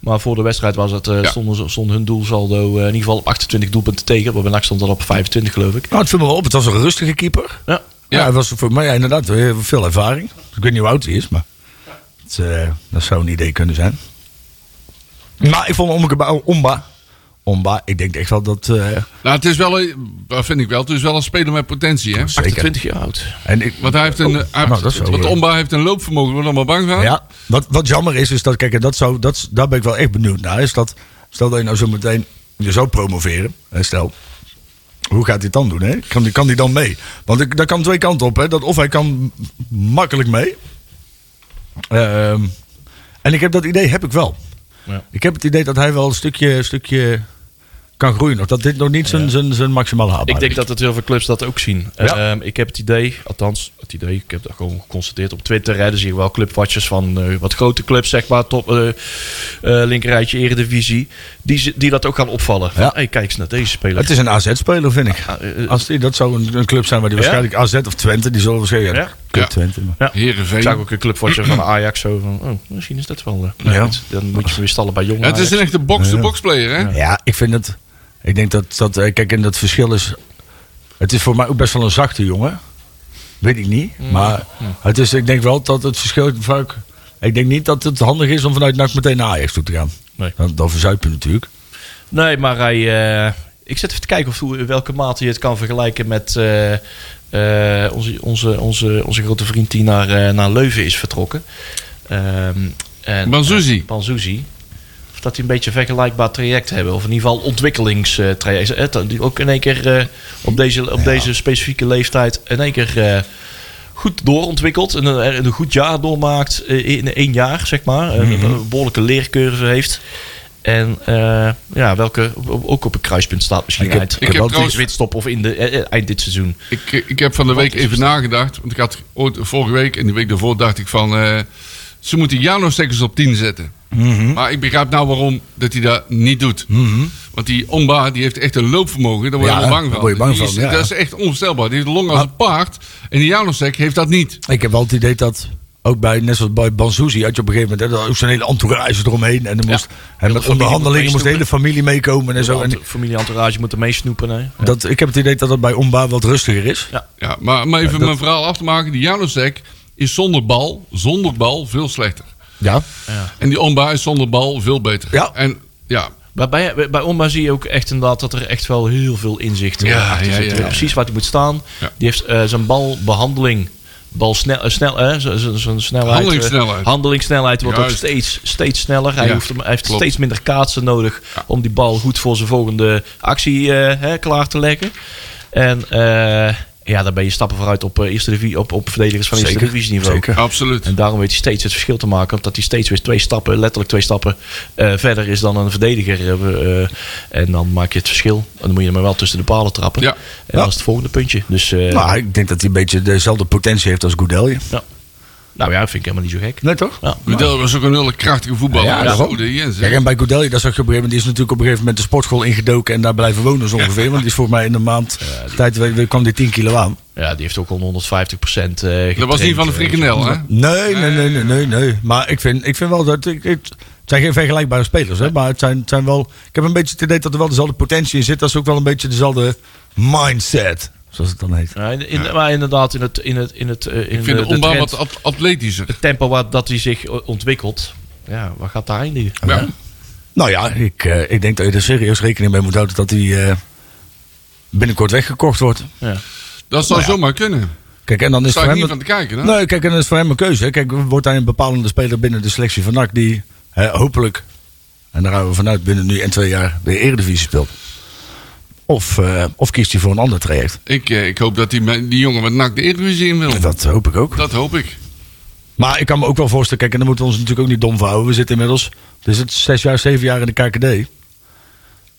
maar voor de wedstrijd was het, eh Ja. stonden, ze- stond hun doelsaldo eh, in ieder geval op 28 doelpunten tegen. Maar bij NAC stond dat op 25, geloof ik. Nou, het viel me wel op. Het was een rustige keeper. Ja. Ja. Ja, hij was voor mij ja, inderdaad eh, veel ervaring. Ik weet niet hoe oud hij is, maar het, eh, dat zou een idee kunnen zijn. Maar ik vond Omba, Omba, Omba ik denk echt wel dat... eh, Nou, het is wel een, dat vind ik wel. Het is wel een speler met potentie, hè? zeker. 28 jaar oud. En ik, Want hij heeft een, hij heeft- nou, dat is wel want weer- Omba heeft een loopvermogen, daar worden we allemaal bang Oh. van. ja, wat, wat jammer is, is dat, kijk, en dat zou, dat, is- daar ben ik wel echt benieuwd naar. Is dat, stel dat je nou zo meteen, je zou promoveren, hè, stel... Hoe gaat hij het dan doen? Hè? Kan, die, kan die dan mee? Want ik, daar kan twee kanten op. Hè? Dat, of hij kan makkelijk mee. Ehm, en ik heb dat idee heb ik wel. Ja. Ik heb het idee dat hij wel een stukje, stukje kan groeien. Of dat dit nog niet zijn, zijn, zijn maximale Ik haalbaarheid denk dat het heel veel clubs dat ook zien. Ja. Ehm, ik heb het idee, althans het idee, ik heb dat gewoon geconstateerd op Twitter. Hè, er zien wel clubwatchers van eh, wat grote clubs, zeg maar, top eh eh, linkerrijtje eredivisie. Die, ze- die dat ook gaan opvallen. Van, Ja. hey, kijk eens naar deze speler. Het is een AZ-speler, vind ik. eh, eh, Als die, dat zou een, een club zijn waar die Ja? waarschijnlijk AZ of Twente, die zullen waarschijnlijk... Ja, Ja. kut Ja. Twente. maar- ik zag Heerenveen. ook een clubwatcher van Ajax zo van, oh, misschien is dat wel... eh, Ja. nou goed, Dan moet je weer stallen bij jong Ja, het is Ajax. een echte box-to-box player, hè? Ja, ik vind het... Ik denk dat... dat eh, kijk, en dat verschil is... Het is voor mij ook best wel een zachte jongen. Weet ik niet. Maar het is, ik denk wel dat het verschil vaak... Ik denk niet dat het handig is om vanuit NAC meteen naar Ajax toe te gaan. Nee. Dan, dan verzuip je natuurlijk. Nee, maar hij. eh, ik zit even te kijken of hoe, in welke mate je het kan vergelijken met eh, eh, onze, onze, onze, onze grote vriend die naar, eh, naar Leuven is vertrokken. Ehm en, Banzuzi. eh, Banzuzi. Of dat die een beetje een vergelijkbaar traject hebben. Of in ieder geval ontwikkelingstraject. Eh, dat die ook in één keer eh, op, deze, op deze specifieke leeftijd in één keer eh, goed doorontwikkeld. En een, er een goed jaar doormaakt eh, in één jaar, zeg maar. Eh, Mhm. Een behoorlijke leercurve heeft. En eh, ja, welke op- ook op een kruispunt staat misschien Ik heb- uit. ik heb Terwijl trouwens- die witstop of in de, eh, eh, eind dit seizoen. Ik, eh, ik heb van de week even nagedacht. Want ik had ooit vorige week en die week daarvoor dacht ik van... eh, ze moeten Jano-stekkers op 10 zetten. Mhm. Maar ik begrijp nou waarom dat hij dat niet doet. Want die Omba die heeft echt een loopvermogen. Daar word je Ja, wel bang daar van. word je bang Die is- van, ja. Dat is echt onvoorstelbaar. Die heeft long als een paard. En die Jano-stek heeft dat niet. Ik heb wel het idee dat... Ook bij, net zoals bij Banzuzi had je op een gegeven moment... hè, dat ook zo'n hele entourage eromheen. En, er moest, en met familie onderhandelingen moet moest de hele familie meekomen en zo. En De familie entourage moet er meesnoepen. Hè? dat, ik heb het idee dat het bij Omba wat rustiger is. Ja, maar om even mijn verhaal af te maken. Die Janosek is zonder bal, zonder bal veel slechter. Ja. En die Omba is zonder bal veel beter. Ja. En ja, Maar bij, bij Omba zie je ook echt inderdaad dat er echt wel heel veel inzicht eh, Ja, achter ja, zit. ja, Je ja. weet Precies waar hij moet staan. Ja. Die heeft eh, zijn balbehandeling. Bal snel, eh, snel, eh, z- z- zijn snelheid. eh, Handelingssnelheid. handelingssnelheid wordt ook Juist. steeds, steeds sneller. Hij, Ja, hoeft hem, hij heeft klopt. steeds minder kaatsen nodig om die bal goed voor zijn volgende actie eh, hè, klaar te leggen. En eh, ja, daar ben je stappen vooruit op, eh, eerste divi- op, op verdedigers van eerste Zeker, divisieniveau. zeker. absoluut. En daarom weet hij steeds het verschil te maken. Omdat hij steeds weer twee stappen, letterlijk twee stappen eh, verder is dan een verdediger. eh, eh, en dan maak je het verschil. En dan moet je hem wel tussen de palen trappen. Ja. En dat is het volgende puntje. Dus eh, Nou, ik denk dat hij een beetje dezelfde potentie heeft als Goudelje. nou ja, vind ik helemaal niet zo gek. Nee, toch? Ja. Gudel was ook een hele krachtige voetballer. Ja, Ja, daarom. Goed, hè, Jens, hè? Kijk, en bij Goudelje, dat zag je op een gegeven moment, die is natuurlijk op een gegeven moment de sportschool ingedoken en daar blijven wonen zo ongeveer. Want die is volgens mij in een maand tijd we- we- kwam die 10 kilo aan. Ja, die heeft ook al 150 procent eh, dat was niet van de frikandel, hè? Nee, nee, nee, nee, nee. nee. Maar ik vind, ik vind wel dat. Ik, ik- het zijn geen vergelijkbare spelers, hè? Maar het zijn, het zijn wel. Ik heb een beetje het idee dat er wel dezelfde potentie in zit. Dat is ook wel een beetje dezelfde mindset, zoals het dan heet. Ja, in, in- Maar inderdaad, in het, in het, in het, eh, in Ik vind de, de, de Omba trend, wat at- atletischer. het tempo waar, dat hij zich eh, ontwikkelt. Ja, waar gaat daar eindigen? Ja. Nou ja, ik, eh, ik denk dat je er serieus rekening mee moet houden dat hij eh, binnenkort weggekocht wordt. Ja. Dat zou zomaar kunnen. Kijk, en dan is Sta voor ik hem. niet het- van te kijken. Hè? Nee, kijk, en dat is voor hem een keuze. Kijk, wordt hij een bepalende speler binnen de selectie van NAC die hè, hopelijk, en daar gaan we vanuit, binnen nu en twee jaar weer Eredivisie speelt. Of, eh, of kiest hij voor een ander traject. Ik, eh, ik hoop dat die, me- die jongen met NAC de Eredivisie in wil. Dat, Dat hoop ik ook. hoop ik. Maar ik kan me ook wel voorstellen, kijk, en daar moeten we ons natuurlijk ook niet dom verhouden. We zitten inmiddels, dus het zes jaar, zeven jaar in de KKD.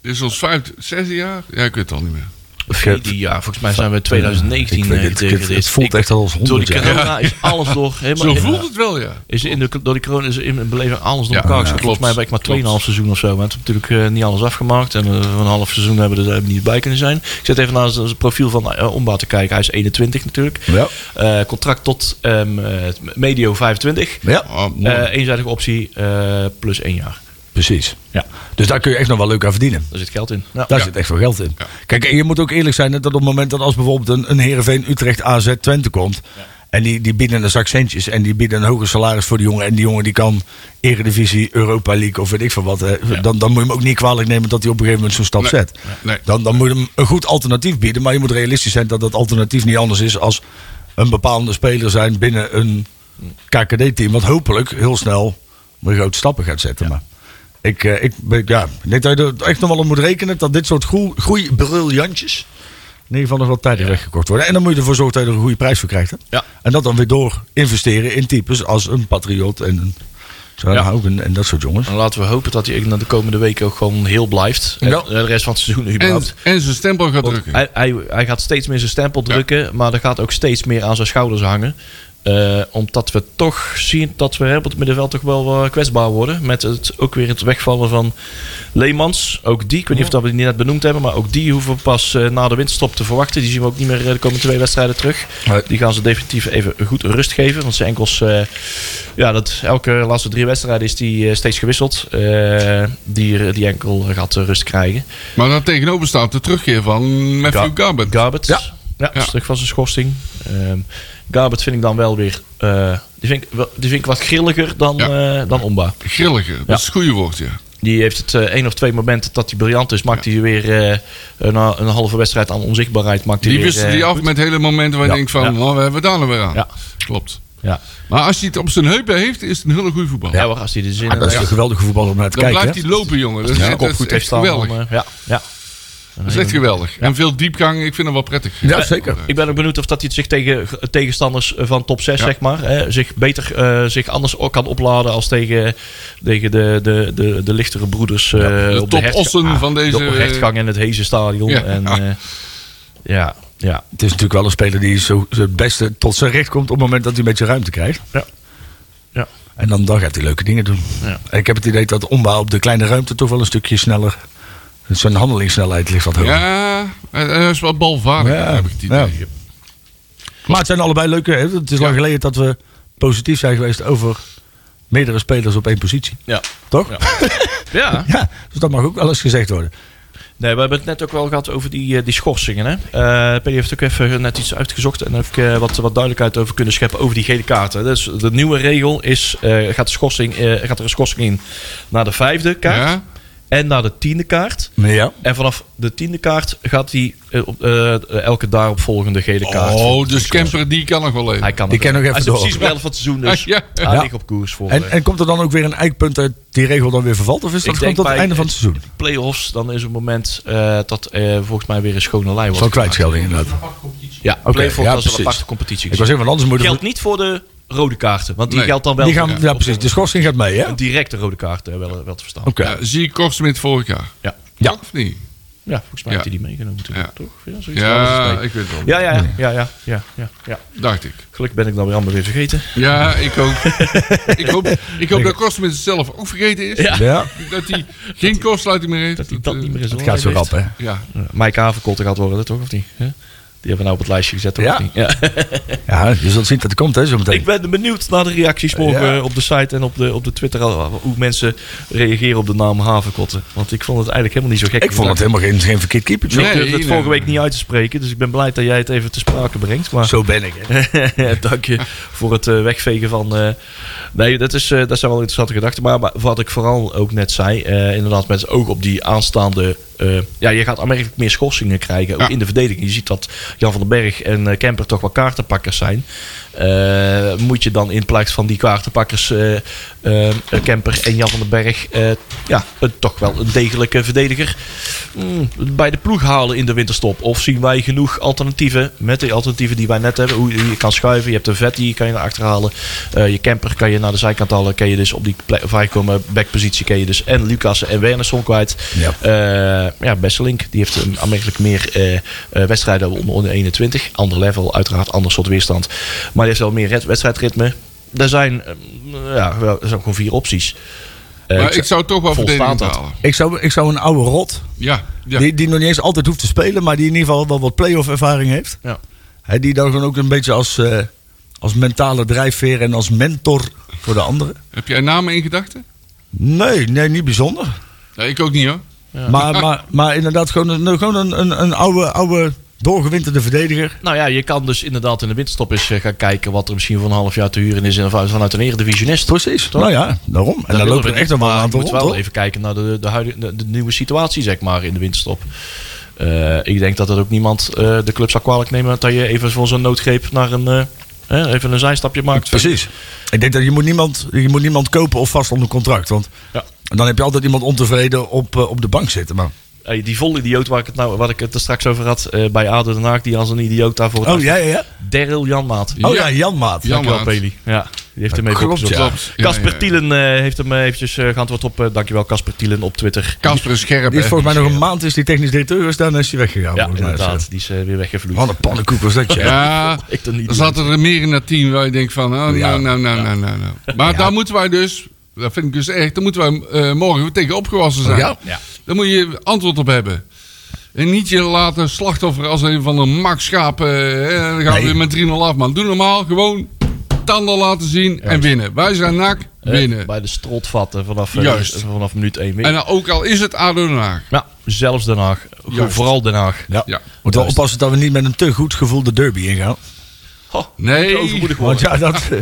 Dit is ons vijfde, zesde jaar. Ja, ik weet het al niet meer. Vierde jaar, volgens mij zijn we 2019 Ik weet het, eh, het- tegen het dit. voelt Ik- echt al als Door die 100 jaar. corona is alles door. Helemaal, Zo voelt het wel, ja. Is in de, door die corona is in mijn beleving alles door Ja, elkaar. ja, gezet. klopt. Volgens mij ben ik Klopt. maar 2,5 seizoen of zo. We hebben natuurlijk eh, niet alles afgemaakt. En eh, van een half seizoen hebben we er hebben we niet bij kunnen zijn. Ik zit even naar zijn profiel van eh, Omba te kijken. Hij is 21 natuurlijk. Ja. Eh, contract tot ehm, eh, medio 25. Ja, Ah, mooi. Eh, eenzijdige optie eh, plus één jaar. precies. Ja. Dus daar kun je echt nog wel leuk aan verdienen. Daar zit geld in. Ja. Daar zit echt veel geld in. Ja. Kijk, en je moet ook eerlijk zijn hè, dat op het moment dat als bijvoorbeeld een, een Heerenveen Utrecht AZ Twente komt... en die, die bieden een zak centjes en die bieden een hoger salaris voor die jongen... en die jongen die kan Eredivisie, Europa League of weet ik veel wat... hè, dan, dan moet je hem ook niet kwalijk nemen dat hij op een gegeven moment zo'n stap Nee. zet. Nee. Dan, dan moet je hem een goed alternatief bieden... maar je moet realistisch zijn dat dat alternatief niet anders is... als een bepaalde speler zijn binnen een KKD-team... wat hopelijk heel snel weer grote stappen gaat zetten. Maar ik, eh, ik, ben- ja, ik denk dat je er echt nog wel op moet rekenen dat dit soort groe- groeibriljantjes in ieder geval nog wel tijdig weggekocht worden. En dan moet je ervoor zorgen dat je er een goede prijs voor krijgt. Hè? Ja. En dat dan weer door investeren in types als een Patriot en een Zo, Ja. Hougen en dat soort jongens. En laten we hopen dat hij de komende weken ook gewoon heel blijft. En Ja. de rest van het seizoen En, überhaupt. en zijn stempel gaat drukken. Hij, hij, hij gaat steeds meer zijn stempel drukken, maar er gaat ook steeds meer aan zijn schouders hangen. Eh, omdat we toch zien dat we hè, op het middenveld toch wel eh, kwetsbaar worden. Met het, ook weer het wegvallen van Leemans. Ook die, ik weet niet of dat we die net benoemd hebben, maar ook die hoeven we pas eh, na de winterstop te verwachten. Die zien we ook niet meer eh, de komende twee wedstrijden terug. Nee. Die gaan ze definitief even goed rust geven. Want zijn enkels, eh, ja, dat elke laatste drie wedstrijden is die eh, steeds gewisseld. Eh, die, die enkel gaat eh, rust krijgen. Maar dan tegenover staat de terugkeer van Matthew Ga- Garbutt. Garbert. Ja. Ja, Ja. is terug van zijn schorsing. Ehm Garbert vind ik dan wel weer... eh, die, vind ik, wel- die vind ik wat grilliger dan, Ja. eh, dan Omba. Grilliger, dat is het goede woord, ja. Die heeft het eh, één of twee momenten dat hij briljant is... maakt hij weer eh, een, een halve wedstrijd aan onzichtbaarheid. Maakt hij Die weer, wisten eh, die af met hele momenten waar je Ja, denkt van, ja. nou, we hebben daar nou weer aan. Ja. Klopt. Ja. Maar als hij het op zijn heupen heeft, is het een hele goede voetbal. Ja, hoor, als hij er zin in Dat is heeft. een geweldige voetballer om naar te Dan kijken. blijft hè? hij lopen, jongen. Dat is, Ja, dat kop is goed echt heeft staan. dan, geweldig. eh, ja, ja. Dat is echt geweldig. En veel diepgang, ik vind hem wel prettig. Ja, zeker. Ik ben ook benieuwd of dat hij het zich tegen tegenstanders eh, van top 6, Ja. zeg maar, hè, zich beter eh, zich anders ook kan opladen als tegen, tegen de, de, de, de lichtere broeders. eh de op de top hertga- ossen van deze, De rechtgang in het Hezen Stadion. Ja. En, eh, ja, ja. Het is natuurlijk wel een speler die zo zo het beste tot zijn recht komt op het moment dat hij een beetje ruimte krijgt. Ja. Ja. En dan, dan gaat hij leuke dingen doen. Ja. En ik heb het idee dat Omba op de kleine ruimte toch wel een stukje sneller. Zijn handelingssnelheid ligt wat hoger. Ja, hij hij is wel balvaardig, Ja, heb ik het ja. idee. Maar het zijn allebei leuke. hè. Het is lang geleden dat we positief zijn geweest over meerdere spelers op één positie. Ja. Toch? Ja. Ja. ja. dus dat mag ook wel eens gezegd worden. Nee, we hebben het net ook wel gehad over die, eh, die schorsingen. Hè? Eh Penny heeft ook even net iets uitgezocht en daar heb ik eh, wat, wat duidelijkheid over kunnen scheppen over die gele kaarten. Dus de nieuwe regel is, eh, gaat, de schorsing, eh, gaat er een schorsing in naar de vijfde kaart Ja. en naar de tiende kaart. Ja. En vanaf de tiende kaart gaat hij eh, op, eh, elke daaropvolgende gele kaart. Oh, dus Kemper, die kan nog wel even. Hij kan Die het. ken nog even Hij is door. precies op de helft van het seizoen, dus Ja. hij Ja. ligt op koers voor En, eh, en komt er dan ook weer een eikpunt uit die regel dan weer vervalt? Of is dat gewoon Ik denk tot het bij- einde van het seizoen? play-offs. Dan is het moment eh, dat eh, volgens mij weer een schone lijn wordt. Zo'n kwijtschelding inderdaad. Ja, Oké, play-offs ja, als een precies. aparte competitie. Ik was zeggen, want anders moeten geldt we... niet voor de rode kaarten, want die Nee. geldt dan wel Die voor gaan, ja, precies. Oh. De schorsing gaat mee, hè? een Oké. directe rode kaart, eh, wel, wel te verstaan. Ja, zie ik Korsmit vorig jaar. Ja. Ja. Of niet? ja, volgens mij Ja. heeft hij die meegenomen toen, Ja. toch? Ja, zoiets was Ja, het. ik weet het ja, wel. ja, ja, ja, ja, ja, ja, ja. Dacht ik. Gelukkig ben ik dan weer allemaal weer vergeten. Ja, ik ook. ik hoop, ik hoop dat Korsmit het zelf ook vergeten is. Ja, Dat hij geen kortsluiting meer heeft. Dat hij dat eh, niet meer is. het gaat zo rap, hè? Ja, Mike Havenkotten gaat worden, toch? Of niet? Hè? Die hebben we nou op het lijstje gezet, toch? Ja. Of niet? Ja. Ja, je zult zien dat het komt, hè, zo Ik meteen. ben benieuwd naar de reacties morgen Ja. eh, op de site en op de, op de Twitter. eh, Hoe mensen reageren op de naam Havenkotten. Want ik vond het eigenlijk helemaal niet zo gek. Ik vond het helemaal geen, geen verkeerd keepertje. Ik Nee, durfde het nee. vorige week niet uit te spreken. Dus ik ben blij dat jij het even te sprake brengt. Maar Zo ben ik, hè. dank je voor het eh, wegvegen van... eh, nee, dat, is, eh, dat zijn wel interessante gedachten. Maar, maar wat ik vooral ook net zei... eh, inderdaad met het oog op die aanstaande... eh, ja, je gaat aanmerkelijk meer schorsingen krijgen. Ook Ja. in de verdediging. Je ziet dat Jan van den Berg en eh, Kemper toch wel kaartenpakkers zijn. Eh, moet je dan in plaats van die kaartenpakkers... eh, eh, Kemper en Jan van den Berg... eh, ja, een- toch wel een degelijke verdediger... mm, bij de ploeg halen in de winterstop? Of zien wij genoeg alternatieven met de alternatieven die wij net hebben? Hoe hoe je kan schuiven, je hebt een vet die kan je naar achter halen. Eh, je camper kan je naar de zijkant halen. Kan je dus op die plek- vrijkomen backpositie kan je dus en Lucas en Wernersson kwijt. Ja. Eh, ja, Besselink die heeft een aanmerkelijk meer eh, eh, wedstrijden onder, onder 21. Ander level, uiteraard ander soort weerstand. Maar die heeft wel meer red- wedstrijdritme. Er zijn, eh, ja, wel- er zijn gewoon vier opties. Eh, maar ik zou toch wel volstaat verdedigend dat. halen. Ik zou, ik zou een oude rot, Ja, ja. die, die nog niet eens altijd hoeft te spelen, maar die in ieder geval wel wat playoff ervaring heeft. Ja. Hè, die dan gewoon ook een beetje als, eh, als mentale drijfveer en als mentor voor de anderen. Heb jij namen in gedachten? Nee, nee, niet bijzonder. Nee, ik ook niet hoor. Maar, maar, maar inderdaad, gewoon een, gewoon een, een, een oude, oude doorgewinterde verdediger. Nou ja, je kan dus inderdaad in de winterstop eens eh, gaan kijken wat er misschien voor een half jaar te huren is en vanuit- vanuit een eredivisionist. Precies. Nou ja, daarom. En dan willen lopen we er niet, echt nog wel een maar aantal Je moet rond, wel hoor. even kijken naar de, de, huidige, de, de nieuwe situatie, zeg maar, in de winterstop. Eh, ik denk dat dat ook niemand eh, de club zou kwalijk nemen dat je even voor zo'n noodgreep naar een, eh, hè, even een zijstapje maakt. Precies. Ik denk dat je moet niemand, je moet niemand kopen of vast onder contract. Want Ja. dan heb je altijd iemand ontevreden op, eh, op de bank zitten. Maar Hey, die vol idioot waar ik het, nou, waar ik het er straks over had eh, bij ADO Den Haag. Die als een idioot daarvoor... Oh, ja, ja, ja. Daryl Janmaat. Oh ja, Janmaat. Ja. Dankjewel, Janmaat. Peli. Ja, die heeft hem even klopt, opgezocht. ja. Klopt. Ja, Casper ja, ja. Tielen eh, heeft hem eh, eventjes eh, geantwoord op. eh, dankjewel, Casper Tielen op Twitter. Kasper is scherp. Die is hè? volgens mij nog een maand is die technisch directeur geweest. Daarna is hij weggegaan. Ja, volgens mij. Dus, inderdaad. Die is eh, weer weggevloeid. Wat een pannenkoek was dat, ja. Ja, Ik dan niet. er zaten er meer in dat team waar je denkt van, oh, nou, Ja. nou, nou, nou, nou, nou. Maar daar moeten wij dus, dat vind ik dus echt, daar moeten wij eh, morgen tegen opgewassen zijn. Ja. Daar moet je antwoord op hebben. En niet je laten slachtoffer als een van de makschapen. eh, en dan gaan Nee. we weer met 3-0 af, man. Doe normaal, gewoon tanden laten zien en winnen. Wij zijn nak, Eh, winnen. Bij de strot vatten vanaf, eh, Juist. vanaf minuut 1 En weer. dan ook al is het ADO Den Haag. Ja, zelfs Den Haag. Goed, Juist. Vooral Den Haag. Ja. Ja. Moet wel oppassen dat we niet met een te goed gevoelde derby ingaan. Ho, Nee. te overmoedig Want worden. ja, dat... eh,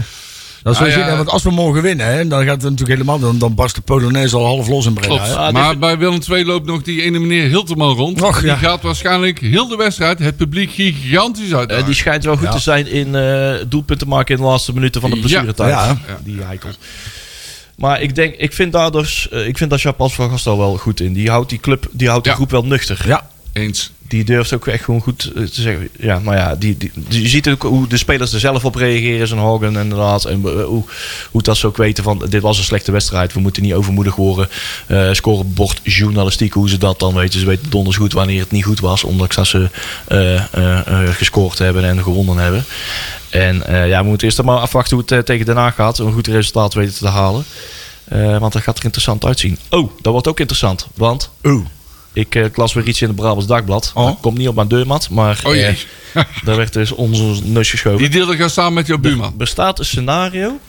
Dat is wel Ah, zin, ja. hè, want als we morgen winnen, hè, dan gaat het natuurlijk helemaal... Dan, dan barst de Polonaise al half los in Breda. Klopt. hè. Ah, dit- maar bij Willem II loopt nog die ene meneer Hilteman rond. Och, die ja. gaat waarschijnlijk heel de wedstrijd het publiek gigantisch uit. Eh, die schijnt wel goed Ja. te zijn in eh, doelpunten maken in de laatste minuten van de Ja. blessuretijd. Ja. Die heikel. Maar ik denk, ik vind daar dus, eh, ik vind daar Chapaz van Gastel wel goed in. Die houdt die club, die houdt Ja. de groep wel nuchter. Ja, Eens. Die durft ook echt gewoon goed eh, te zeggen. Ja, maar ja, die, die, die- je ziet ook hoe de spelers er zelf op reageren. Zijn Hogan inderdaad. En eh, hoe, hoe dat ze ook weten van dit was een slechte wedstrijd. We moeten niet overmoedig worden. Eh scorebord journalistiek, hoe ze dat dan weten. Ze weten donders goed wanneer het niet goed was. Ondanks dat ze eh, eh, eh, gescoord hebben en gewonnen hebben. En eh, ja, we moeten eerst maar afwachten hoe het eh, tegen Den Haag gaat. Een goed resultaat weten te halen. Eh, want dat gaat er interessant uitzien. Oh, dat wordt ook interessant. Want oeh. ik eh, las weer iets in het Brabants Dagblad. Oh. Dat komt niet op mijn deurmat, maar Oh jee. eh, daar werd dus onze neus geschoven. Die deelde gaan samen met jouw buurman. Bestaat een scenario?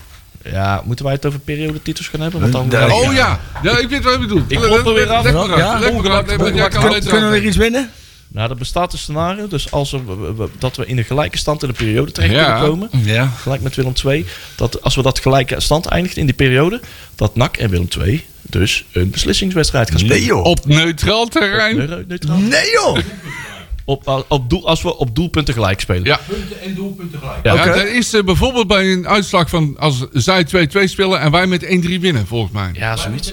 Ja, moeten wij het over periodetitels gaan hebben? Want dan Eh, Oh ja. ja, ik weet wat je bedoelt. Ik klop er weer af. Leg maar uit, Ja, leg maar uit, leg maar uit. Jij kan Kun- het kunnen we uit. weer iets winnen? Nou, er bestaat een scenario. Dus als er, we- we- dat we in de gelijke stand in de periode terecht Ja. kunnen komen. Ja. Gelijk met Willem II. Dat als we dat gelijke stand eindigt in die periode. Dat NAC en Willem II dus een beslissingswedstrijd gaan spelen. Nee joh. Op neutraal terrein. Neuro- Neutraal. Nee joh. Op, eh, op doel, als we op doelpunten gelijk spelen. Ja. Ja. Ja, dat is eh, bijvoorbeeld bij een uitslag van als zij 2-2 spelen en wij met 1-3 winnen, volgens mij. Ja, ja zoiets.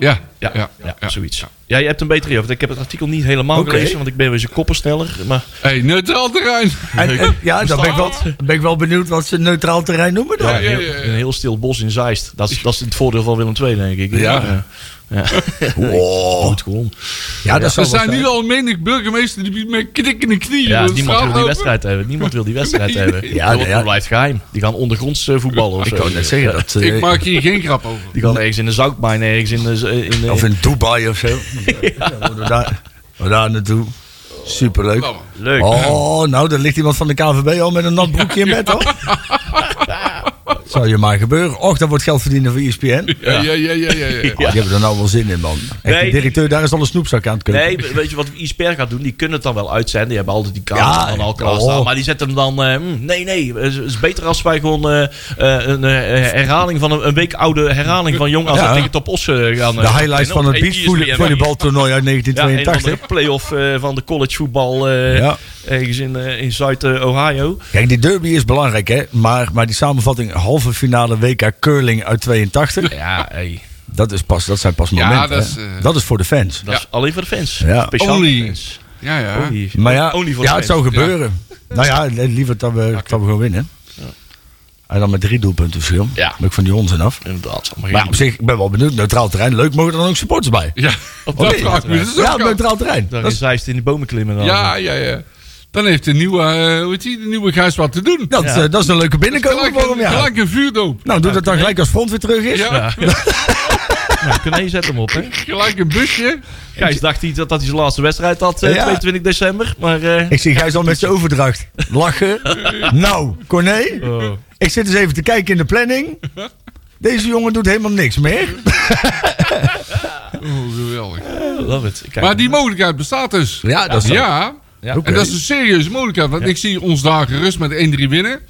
ja, Ja, ja. ja, zoiets. Ja. je hebt een betere idee, want ik heb het artikel niet helemaal Oké. gelezen, want ik ben weer zo'n koppensteller. Maar Hey, neutraal terrein. En, en- ja, dan ben ik, wel, ben ik wel benieuwd wat ze neutraal terrein noemen dan. ja, ja, een, heel, ja, ja. een heel stil bos in Zeist. Dat is, dat is het voordeel van Willem II, denk ik. Ja. ja. Wow. Goed gewonnen. Ja, dat Er zal wel zijn nu zijn. al menig burgemeester die met knikkende knieën Ja, door de niemand straat wil die lopen. wedstrijd hebben. Niemand wil die wedstrijd Nee. hebben. Ja, Ja, dat ja. blijft geheim. Die gaan ondergronds eh, voetballen of Ik zo. kan net zeggen dat... eh, Ik maak hier geen grap over. Die gaan ergens in de zoutmijn, ergens in de... In de- Of in Dubai of zo. ja. dan moeten we daar, we daar naartoe. Superleuk. Nou, man. Leuk. Oh, nou, daar ligt iemand van de KVB al met een nat broekje in bed, hoor. Zou je maar gebeuren. Och, dat wordt geld verdienen voor E ESPN. Ja, ja, ja, ja, ja. ja. Oh, Die hebben er nou wel zin in, man. Echt, Nee. De directeur daar is al een snoepzak aan het kunnen. Nee, we- weet je wat ISPR gaat doen? Die kunnen het dan wel uitzenden. Die hebben altijd die Ja, kaart dan al klaarstaan. oh. Maar die zetten hem dan... eh, mm, nee, nee. Het is- het is beter als wij gewoon eh, eh, een eh, herhaling van... Een, een week oude herhaling van Jong AZ Ja. tegen Top Os eh, gaan... De highlights van het E beachvolleybaltoernooi uit Ja, een of andere 1982. play-off eh, van de collegevoetbal eh Ja. ergens in, eh, in Zuid-Ohio. Kijk, die derby is belangrijk, hè. Maar, maar die samenvatting halve finale WK curling uit 82. Ja, hey, Dat, is pas, dat zijn pas Ja, momenten, dat is, hè. eh, Dat is voor de fans. dat is alleen voor de fans. Ja. Speciaal Only. voor de fans. Ja, Oh, ja. Only. Maar ja, Only voor de ja het fans. zou gebeuren. Nou ja, li- liever dat we, dat we gewoon winnen. En dan met drie doelpunten verschil. Ja. Ben ik van die onzin af. Inderdaad. Maar Maar op zich, ik ben wel benieuwd. Neutraal terrein. Leuk, mogen er dan ook supporters bij? Ja, dat nee. vraag ik me dus ook Ja, af. neutraal terrein. Daar Dat is is, Zeist in de bomen klimmen. Dan. Ja, ja, ja. Dan heeft de nieuwe, eh, hoe heet die, de nieuwe Gijs wat te doen. dat, Ja. eh, dat is een leuke binnenkomer Gelijk voor hem, ja. een, gelijk een vuurdoop. Nou, doe dat dan gelijk als front weer terug is. Ja, Nou, Kune zet hem op, hè. gelijk een busje. Gijs dacht hij dat dat hij zijn laatste wedstrijd had, eh, Ja. 22 december. Maar eh, Ik zie Gijs al met zijn overdracht. Lachen. nou, Corné. oh, Ik zit eens even te kijken in de planning. Deze jongen doet helemaal niks meer. Oh, geweldig. love it. Kijk, Maar die mogelijkheid bestaat dus. Ja, dat is zo. Ja, Oké. en dat is dus- een serieuze mogelijkheid. Want ik zie ons daar gerust met 1-3 winnen.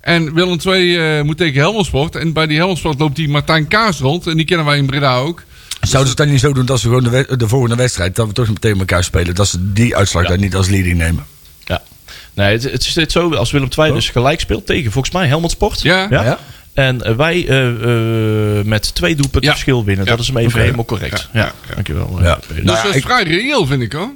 En Willem II eh, moet tegen Helmelsport. En bij die Helmelsport loopt die Martijn Kaas rond. En die kennen wij in Breda ook. Nou Zouden ze het dan niet zo doen dat ze gewoon de, we- de volgende wedstrijd... dat we toch meteen elkaar spelen, dat ze die uitslag daar niet als leading nemen? Oh. ja. Nee, het, het is dit zo, als Willem II dus gelijk speelt tegen volgens mij Helmond Sport. Ja. Ja. En eh, wij eh, eh, met twee doelpunten Ja. verschil winnen. Ja. Dat is hem even Oké. helemaal correct. Ja. Ja, Ja. Ja. dankjewel. eh. Ja. Ja. Dus Ja. dat is vrij reëel, vind ik hoor.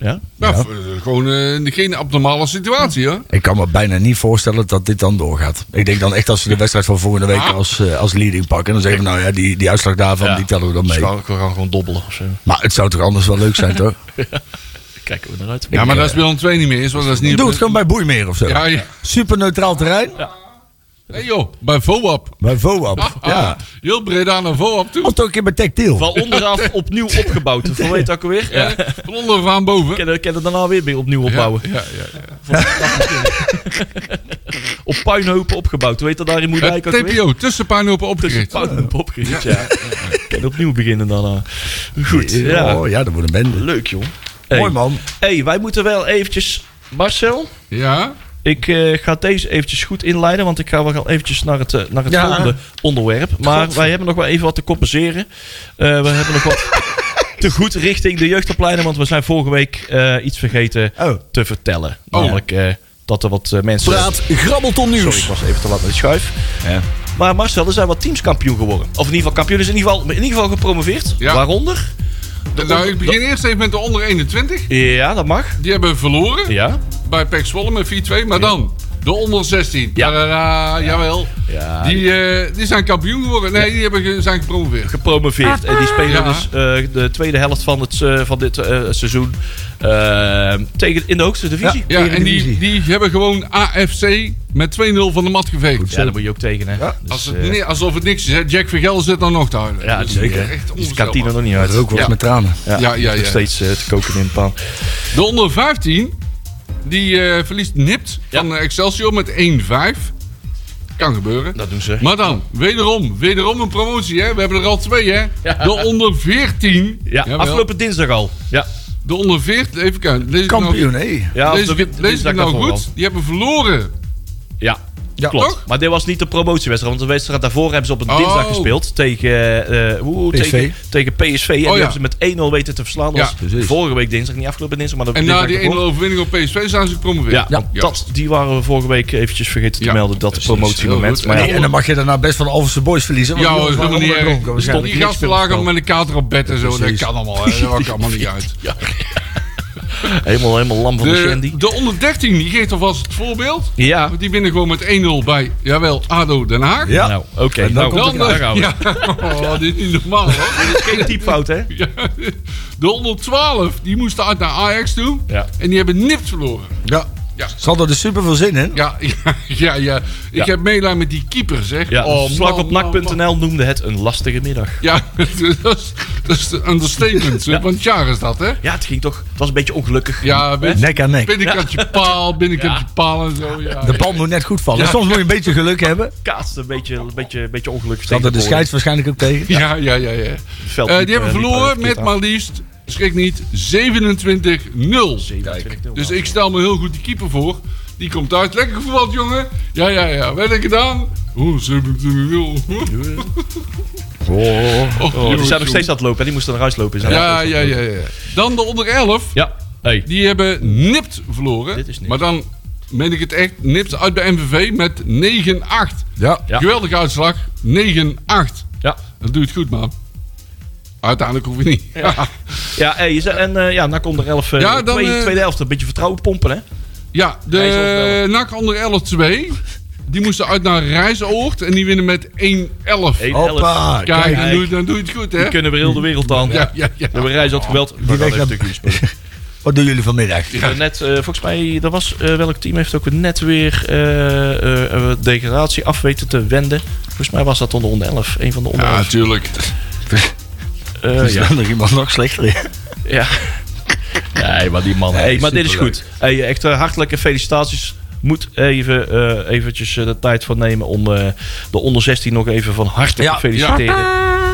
Ja, v- eh, Gewoon eh, geen abnormale situatie hoor. Ik kan me bijna niet voorstellen dat dit dan doorgaat. Ik denk dan echt als ze de wedstrijd van volgende week Ah. als, eh, als leading pakken. Dan zeggen we nou ja, die, die uitslag daarvan, die tellen we dan Dus mee. we gaan- we gaan gewoon dobbelen of zo. Maar het zou toch anders wel leuk zijn, toch? Kijken we eruit. Ja, maar dat is bij ons twee niet meer. Is, want dat is niet op eh, Doe het de- gewoon bij Boeimeer of zo. Ja, ja. Super neutraal terrein. Nee joh, bij VOAP. Bij VOAP. Ja. Ah, heel Breda naar VOAP toe. Of toch een keer bij Tactiel. Van onderaf opnieuw opgebouwd. Hoe weet dat ook alweer? Ja. Ik Van onderaan boven. kan, ik kan het daarna weer weer opnieuw opbouwen. Ja, ja, ja. Op puinhopen opgebouwd. Hoe heet dat daar in Moerdijk ook Het weer? TPO, tussen puinhopen opgericht. Puinhopen opgericht, ja. Kan opnieuw beginnen daarna. Goed, ja. Oh ja, dat wordt een bende. Leuk, joh. Hey. Mooi man. hey, wij moeten wel eventjes... Marcel, Ja, ik eh, ga deze eventjes goed inleiden, want ik ga wel gaan eventjes naar het, eh, naar het Ja. volgende onderwerp. Maar wij hebben nog wel even wat te compenseren. Eh, we hebben nog wat te goed richting de jeugdopleiding, want we zijn vorige week eh, iets vergeten Oh. te vertellen. Oh. Namelijk eh, dat er wat eh, mensen... Praat Grabbelton Nieuws. Sorry, ik was even te laat met de schuif. Maar Marcel, er zijn wat teams kampioen geworden. Of in ieder geval kampioen. Dus in ieder geval, in ieder geval gepromoveerd. Ja. Waaronder? nou ik begin eerst even met de onder 21. Ja, dat mag. Die hebben verloren Ja. bij PEC Zwolle met 4-2. Maar dan, de onder 16. Ja. Tadada, jawel. Ja. Die, eh, die zijn kampioen geworden. Nee, die hebben, ge- zijn gepromoveerd. Gepromoveerd. En die spelen Ja. dus eh, de tweede helft van, het, eh, van dit eh, seizoen eh, tegen, in de hoogste divisie. Ja, en die, Eredivisie. die hebben gewoon AFC met 2-0 van de mat geveegd. Ja, daar moet je ook tegen, hè. Ja. Dus, Als het, eh, ni- alsof het niks is. hè. Jack Vergel zit dan nog te huilen. ja, Dat is die, zeker. eh, Echt die is kantine onvoorstelbaar. nog niet Het uit. rook was Ja. met tranen. Ja, ja, Nog ja. steeds eh, te koken in de pan. De onder 15, die eh, verliest nipt Ja. van eh, Excelsior met 1-5. Kan gebeuren. Dat doen ze. Maar dan, wederom, wederom een promotie, hè? We hebben er al twee, hè? Ja. De onder 14. Ja, Jawel. afgelopen dinsdag al. Ja, De onder 14, even kijken. Lees ik nou- Kampioen, hé. ja lees of ik- de- lees ik dinsdag nou daarvoor goed? al. Die hebben verloren. Ja, Ja. Klopt. Toch? Maar dit was niet de promotiewedstrijd. Want de wedstrijd daarvoor hebben ze op een Oh. dinsdag gespeeld. Tegen, eh, oeh, PSV. tegen, tegen PSV. En die Oh, ja. hebben ze met 1-0 weten te verslaan. Dat Ja, was precies. vorige week dinsdag. Niet afgelopen dinsdag, maar de En na dinsdag die 1 daarvoor. overwinning op PSV zijn ze gepromoveerd. Ja, want Dat, die waren we vorige week eventjes vergeten te Ja, melden. Dat precies. Heel promotiemoment. goed. Maar Nee, ja, en dan mag je daarna best van de Alphense Boys verliezen. Want Ja, die hoor, jongens helemaal niet waren erg. onderbroken waarschijnlijk. Die gasten lagen met elkaar op bed en zo. Dat Precies. kan allemaal, hè. Dat maakt allemaal niet uit. helemaal, helemaal lam van de, De, Shandy. de onder 13, die geeft alvast het voorbeeld. Ja. Want die winnen gewoon met 1-0 bij, jawel, ADO Den Haag. Ja. Nou, oké. En dan nou, komt dan Dan, daar eh, gaan we. ja. Oh, dit is niet normaal hoor. Geen typfout, hè? Ja. De 112, die moesten uit naar Ajax toe. Ja. En die hebben nipt verloren. Ja. Ja. Ze hadden er super veel zin in. Ja, ja, ja. ja. Ja. Ik heb meelijn met die keeper, zeg. Ja, Oh, slag man, op man, man. nak.nl noemde het een lastige middag. Ja, dat is, dat is een understatement van het jaar is dat, hè? Ja, het ging toch... Het was een beetje ongelukkig. Ja, weet- Nek aan nek. binnenkantje paal, binnenkantje paal en zo. Ja, De bal moet net goed vallen. Soms moet je een beetje geluk hebben. Kaatste een beetje, een beetje, een beetje ongelukkig. Ze hadden de tegen scheids waarschijnlijk ook tegen. ja, ja, ja. ja. het veld. Eh, Liep, die hebben eh, liep verloren verkeerd met aan. maar liefst, schrik niet, 27-0. Dus ik stel me heel goed die keeper voor. Die komt uit. Lekker gevoetbald, jongen. Ja, ja, ja. Wat heb ik gedaan? Oh, Oeh, 27-0. Oh, Oh, die jongens, zijn nog steeds aan het lopen. hè? Die moesten naar huis lopen. zijn. Ja, ja, ja, ja. Dan de onder 11. Ja. Hey. Die hebben nipt verloren. Dit is nipt. Maar dan meen ik het echt. Nipt uit bij MVV met 9-8. Ja. Ja. Geweldige uitslag. 9-8. Ja. Dat doe je het goed, man. Uiteindelijk hoef je niet. Ja, Ja, hey, je zei- en eh, ja, dan komt er 11. eh Ja, dan, twee, eh, tweede helft. Een beetje vertrouwen pompen, hè? Hij is de opgelopen. NAC onder 11-2. Die moesten uit naar Rijsoord. En die winnen met 1-11. 1 Hoppa. Kijk, Kijk. Dan, doe, je- dan doe je het goed, hè? Die kunnen weer heel de wereld aan. Ja, ja, ja. We hebben reis had geweld. We gaan weg even een naar- stukje spelen. Wat doen jullie vanmiddag? We hebben Net, eh, volgens mij, dat was, eh, welk team heeft ook net weer eh, eh, eh, degradatie af weten te wenden. Volgens mij was dat onder onder 11. Een van de onder Ja, 11. natuurlijk. Eh, Is er Dus nog iemand nog slechter in? Ja. Nee, maar die man. Nee, hey, maar dit is superleuk. goed. Hey, echt eh, hartelijke felicitaties. Moet even eh, eventjes eh, de tijd van nemen om eh, de onder 16 nog even van harte Ja, te feliciteren.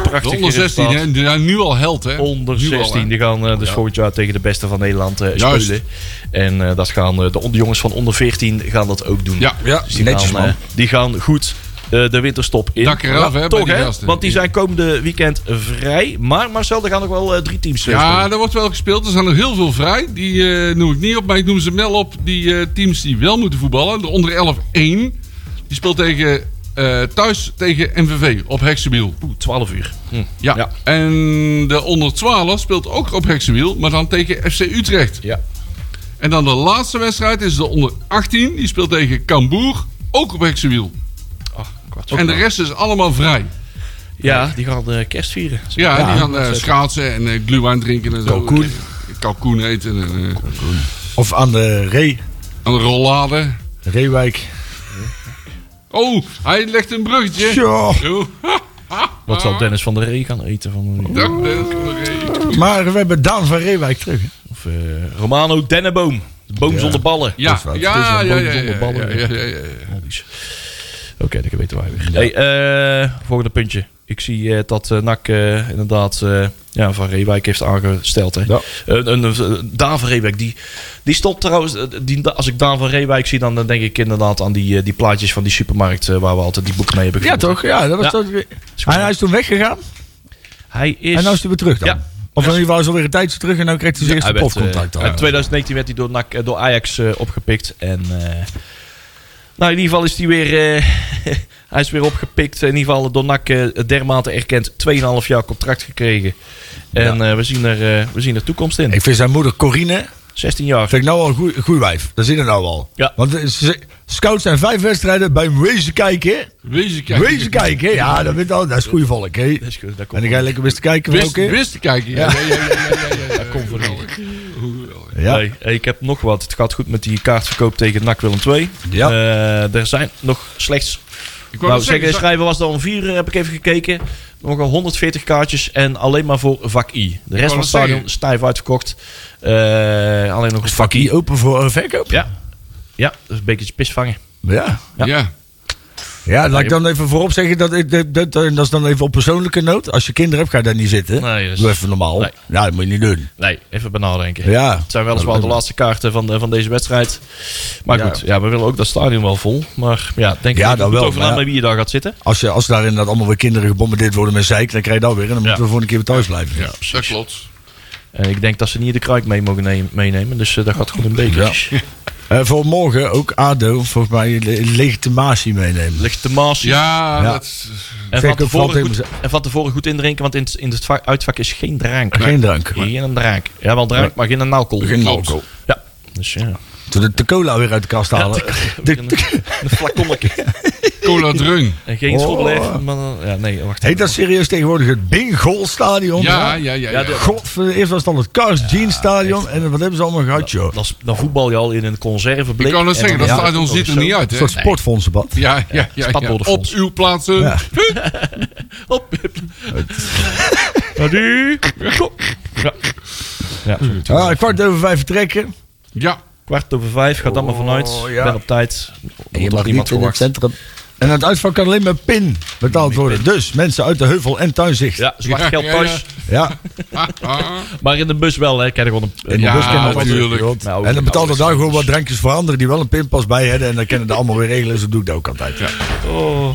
De Prachtig onder 16, resultaat. hè? Die zijn nu al held, hè? Onder Nu al, hè? 16, die gaan eh, dus volgend jaar tegen de beste van Nederland eh, Juist. spelen. En eh, dat gaan eh, de on- de jongens van onder 14 gaan dat ook doen. Ja, Ja, Dus die, netjes gaan, man. eh, die gaan goed eh, de winterstop in. Dak eraf, hè, bij toch, die hè? gasten. Want die zijn komende weekend vrij. Maar Marcel, er gaan nog wel eh, drie teams eh, Ja, spelen. er wordt wel gespeeld. Er zijn er heel veel vrij. Die eh, noem ik niet op, maar ik noem ze wel op. Die eh, teams die wel moeten voetballen. De onder 11-1. Die speelt tegen eh, thuis tegen MVV op Heksenwiel. Oeh, 12 uur. Hm. Ja. Ja. En de onder 12 speelt ook op Heksenwiel, maar dan tegen FC Utrecht. Ja. En dan de laatste wedstrijd is de onder 18. Die speelt tegen Cambuur, ook op Heksenwiel. Oh, Ach, kwart. en de rest is allemaal vrij. Ja, die gaan de kerst vieren. Ja, die gaan eh, schaatsen en eh glühwein drinken en zo. Eh, Kalkoen. Kalkoen eten en eh, Of aan de Ree, aan de rollade. Reewijk. Oh, hij legt een bruggetje. Tja, Oeh, Wat zal Dennis van der Ree gaan eten van nu? dat is correct. maar we hebben Daan van Reewijk terug. hè. Of eh, Romano Denneboom. De boom zonder ballen. Ja, fout. ja, ja, Het is ja, een boom ja, zonder ja, ballen. ja, ja, ja, ja. Logisch. Oké, dat weten wij weer. Hey, eh, volgende puntje. Ik zie eh, dat eh, NAC eh, inderdaad eh, ja, Van Reewijk heeft aangesteld. Hè? Eh, Ja. Een- een- een- Daan van Reewijk, die, die stopt trouwens. eh, Die, als ik Daan van Reewijk zie, dan, dan denk ik inderdaad aan die, eh, die plaatjes van die supermarkt eh, waar we altijd die boeken mee hebben Ja, gevonden. toch? Ja, dat was Ja. toch- En hij is toen weggegaan Hij is... en nou nu is hij weer terug dan. Ja. Of in ieder geval is hij alweer een tijdje terug en nu krijgt hij zijn hij eerste werd, profcontact eh, dan. in 2019 werd hij door, NAC, eh, door Ajax eh, opgepikt. En, eh, nou, in ieder geval is hij weer, eh, hij is weer opgepikt. In ieder geval door NAC eh, dermate erkend. 2,5 jaar contract gekregen. En eh, we, zien er, eh, we zien er toekomst in. Ik vind zijn moeder Corine 16 jaar. Vind ik nou al een goeie- goeie wijf. Dat zit er nou al. Ja. Want eh, ze- scouts zijn vijf wedstrijden bij hem wezen kijken. Wees kijken. Wezen kijken. Ja, dat, vindt al, dat is goede volk. Hè. Dat is goed, dat En komt dan ga je lekker weer eens kijken Wist, welke. wist te kijken. Ja, ja, ja, ja, ja, ja, ja. komt voor niks. Ja. Nee, hey, ik heb nog wat. Het gaat goed met die kaartverkoop tegen NAC Willem 2. Ja. er zijn nog slechts Ik wou Nou, net zeggen, zeggen, de schrijver was er om vier, eh, heb ik even gekeken. Nog al 140 kaartjes en alleen maar voor vak I. De rest van net het stadion zeggen. stijf uitverkocht. Eh, alleen nog een vak I. Vakkie open voor eh, verkoop? Ja. Ja, dat is een beetje pisvangen. Ja. ja. ja. Ja, laat ik dan even voorop zeggen dat, ik- dat, dat, dat is dan even op persoonlijke noot. Als je kinderen hebt, ga je daar niet zitten. Nee, dat is- Doe even normaal. Nee. Ja, dat moet je niet doen. Nee, even benadenken. Ja. Het zijn weliswaar de laatste kaarten van, eh, van deze wedstrijd. Maar Ja. goed, ja, we willen ook dat stadion wel vol. Maar ja, denk Ja, dat ik er goed wel, over maar na ja. met wie je daar gaat zitten. Als, je, als daar inderdaad allemaal weer kinderen gebombardeerd worden met zeik, dan krijg je dat weer. En dan moeten we voor een keer weer thuis blijven. Ja. dat klopt. En ik denk dat ze niet de kruik mee mogen neem- meenemen. Dus eh, dat gaat goed een beetje. Eh, voor morgen ook ADO, volgens mij, le- legitimatie meenemen. Legitimatie. Ja, Ja. dat is- Zeg En van, ik ook vooral tevoren tegen goed, en van tevoren goed indrinken, want in, het- in het va- uitvak is geen drank. Geen drank. Geen een drank. Ja, wel drank, maar geen een alcohol. Geen Klopt. alcohol. Ja. Dus ja. Toen de, de cola weer uit de kast halen. Een, een flaconnetje. cola dreun. En geen Oh. schoolbeleef. Maar, eh, ja, nee, wacht Heet dat serieus tegenwoordig het Bingolstadion? Ja, ja, ja. Ja, ja. de- Godver, eerst was het dan het Cars Jeans Stadion. En wat hebben ze allemaal gehad, joh? Dan, dan voetbal je al in een conserveblik. Ik kan het zeggen, dat ja, stadion ziet er niet uit. Een Hè? soort sportfondsenbad. Ja, ja, ja, ja. Op Spatboddenfonds. uw plaatsen. Ja. Op. Adieu. Ja. ja. Ah, kwart over vijf vertrekken. Ja. Kwart over vijf, gaat allemaal vanuit. Oh, Ik ja. Ben op tijd. En Wordt nog niemand verwacht. centrum. En het uitvak kan alleen met pin betaald worden. Dus mensen uit de heuvel en tuinzicht. Ja, zwart Ja, geld ja, thuis. Ja, Ah, ah. Maar in de bus wel, hè. Krijg je gewoon een, in de Ja, bus kennen we natuurlijk. natuurlijk. rond. Nou, en dan betalen nou, daar gewoon wat drankjes voor anderen die wel een pinpas bij hebben. En dan kennen dat allemaal weer regelen. Zo doe ik dat ook altijd. Oh.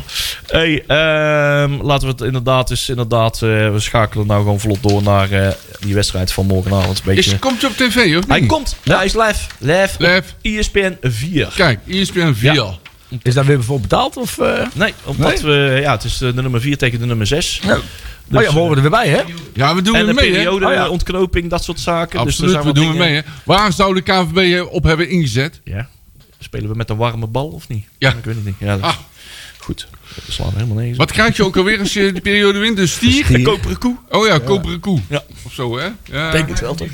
Hey, ehm, laten we het inderdaad eens inderdaad. eh, we schakelen nou gewoon vlot door naar eh, die wedstrijd van morgenavond. Een beetje. Is, komt je op tv, of eh, Hij niet? komt. Hij is live. Live. op E Live. ESPN 4. Kijk, E ESPN 4. Ja. Is daar weer voor betaald? Of, eh? Nee, omdat Nee? we. Ja, het is eh, de, de nummer 4 tegen de nummer 6. Nou, oh ja, we horen er weer bij, hè? Ja, we doen En de het mee, hè? Ah, periode, Oh ja. ontknoping, dat soort zaken. Absoluut, dus er we zijn doen wat het dingen- mee, hè? Waar zou de KVB op hebben ingezet? Ja. Spelen we met een warme bal of niet? Ja. Ik weet het niet. Ja, dat- Ah. Goed. We slaan helemaal niks. Wat krijg je ook alweer als je die periode wint? Een stier? Een koperen koe? Oh ja, koperen koe. Ja. Of zo, hè? Ja. Denk het wel, toch?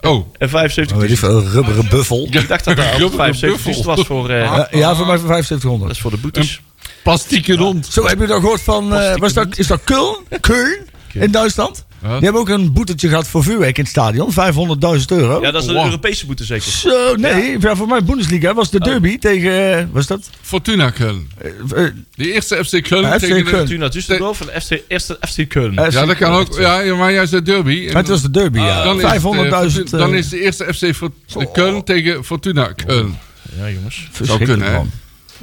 Oh, En 75 Oh, weet ik veel, een rubberen buffel. Ik dacht dat daar ook Rubberen 75 buffel. Ah. is. was voor, eh, Ja, ja, voor mij voor dat 7500. is voor de boetes. plastieke rond. Zo, heb je dat gehoord van... eh, was dat, is dat Köln? Köln? In Duitsland? Die hebben ook een boetetje gehad voor vuurwerk in het stadion. 500.000 euro. Ja, dat is een Wow. Europese boete zeker. Zo, nee. Ja. voor mij Bundesliga was de Oh. derby tegen... eh, was dat? Fortuna Köln. Eh, eh, De eerste FC Köln FC tegen de... Köln. Fortuna Düsseldorf en FC, eerste FC Köln. eh, Ja, dat kan ook. Ja, maar jij zei derby. En Maar het was de derby, ja. dan is het, eh, 500.000... Fortuna- Dan is de eerste FC Fort- Köln tegen Fortuna Köln. Ja, jongens. zou kunnen, hè?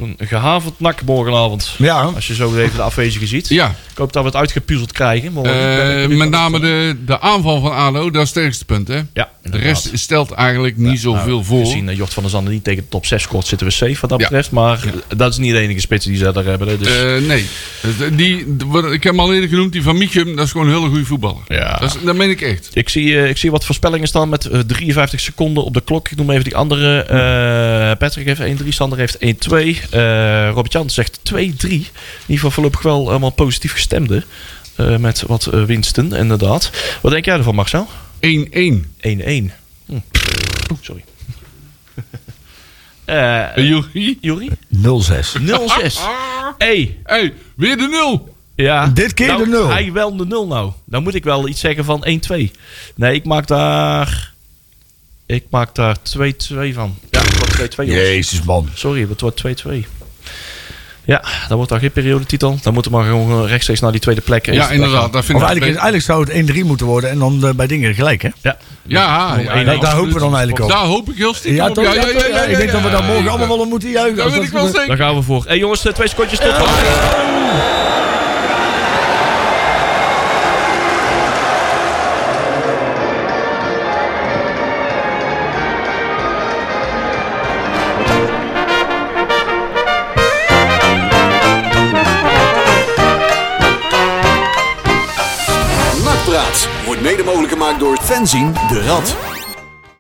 Een gehavend nak morgenavond. Ja, Als je zo even de afwezigen ziet. Ja, Ik hoop dat we het uitgepuzzeld krijgen. Maar ik Oh, ben eh, benieuwd met wat- name de, de aanval van ADO, dat is het sterkste punt. Hè? Ja, Nou, De rest stelt eigenlijk niet zoveel voor. Gezien dat eh, Jort van der Zanden niet tegen de top 6 scoort, zitten we safe wat dat Ja. betreft. Maar dat is niet de enige spits die ze daar hebben. hè. Dus Eh, nee, Eh, die, de- wat- ik heb hem al eerder genoemd, die van Michum, dat is gewoon een hele goede voetballer. Ja. Dat, is, dat meen ik echt. ik, zie, eh, ik zie wat voorspellingen staan met eh, 53 seconden op de klok. Ik noem even die andere. Eh, Patrick heeft 1-3, Sander heeft 1-2. Eh Robert Jan zegt 2-3. In ieder geval voorlopig wel allemaal positief gestemde. eh, met wat eh, winsten, inderdaad. Wat denk jij ervan, Marcel? 1-1. 1-1. Hm. Oeh, sorry. Eh Eh, Jochie? Juri? 0-6. 0-6. Hey, hey, weer de nul. Ja. Dit keer Nou, de nul. Hij wel de nul nou. Dan moet ik wel iets zeggen van 1-2. Nee, ik maak daar... Ik maak daar 2-2 van. Ja, het wordt 2-2 jongens. Jezus, man. Sorry, het wordt 2-2. Ja, dan wordt daar geen periodetitel. Dan moeten we maar gewoon eh, rechtstreeks naar die tweede plek. Ja, inderdaad. Dat vind Of ik eigenlijk, eigenlijk zou het 1-3 moeten worden en dan eh, bij dingen gelijk, hè? Ja. Ja, ja, ja, Daar absoluut. hopen we dan eigenlijk op. Daar hoop ik heel stiekem op. toch? Ja, ja, ja, ja, Ik denk dat we ja, daar ja, morgen ja. allemaal wel om moeten juichen. Dat als weet ik wel gebeurt. zeker. Daar gaan we voor. Hé hey, jongens, eh, twee secondjes tot. Nakpraat wordt mede mogelijk gemaakt door Fenzin de Rad.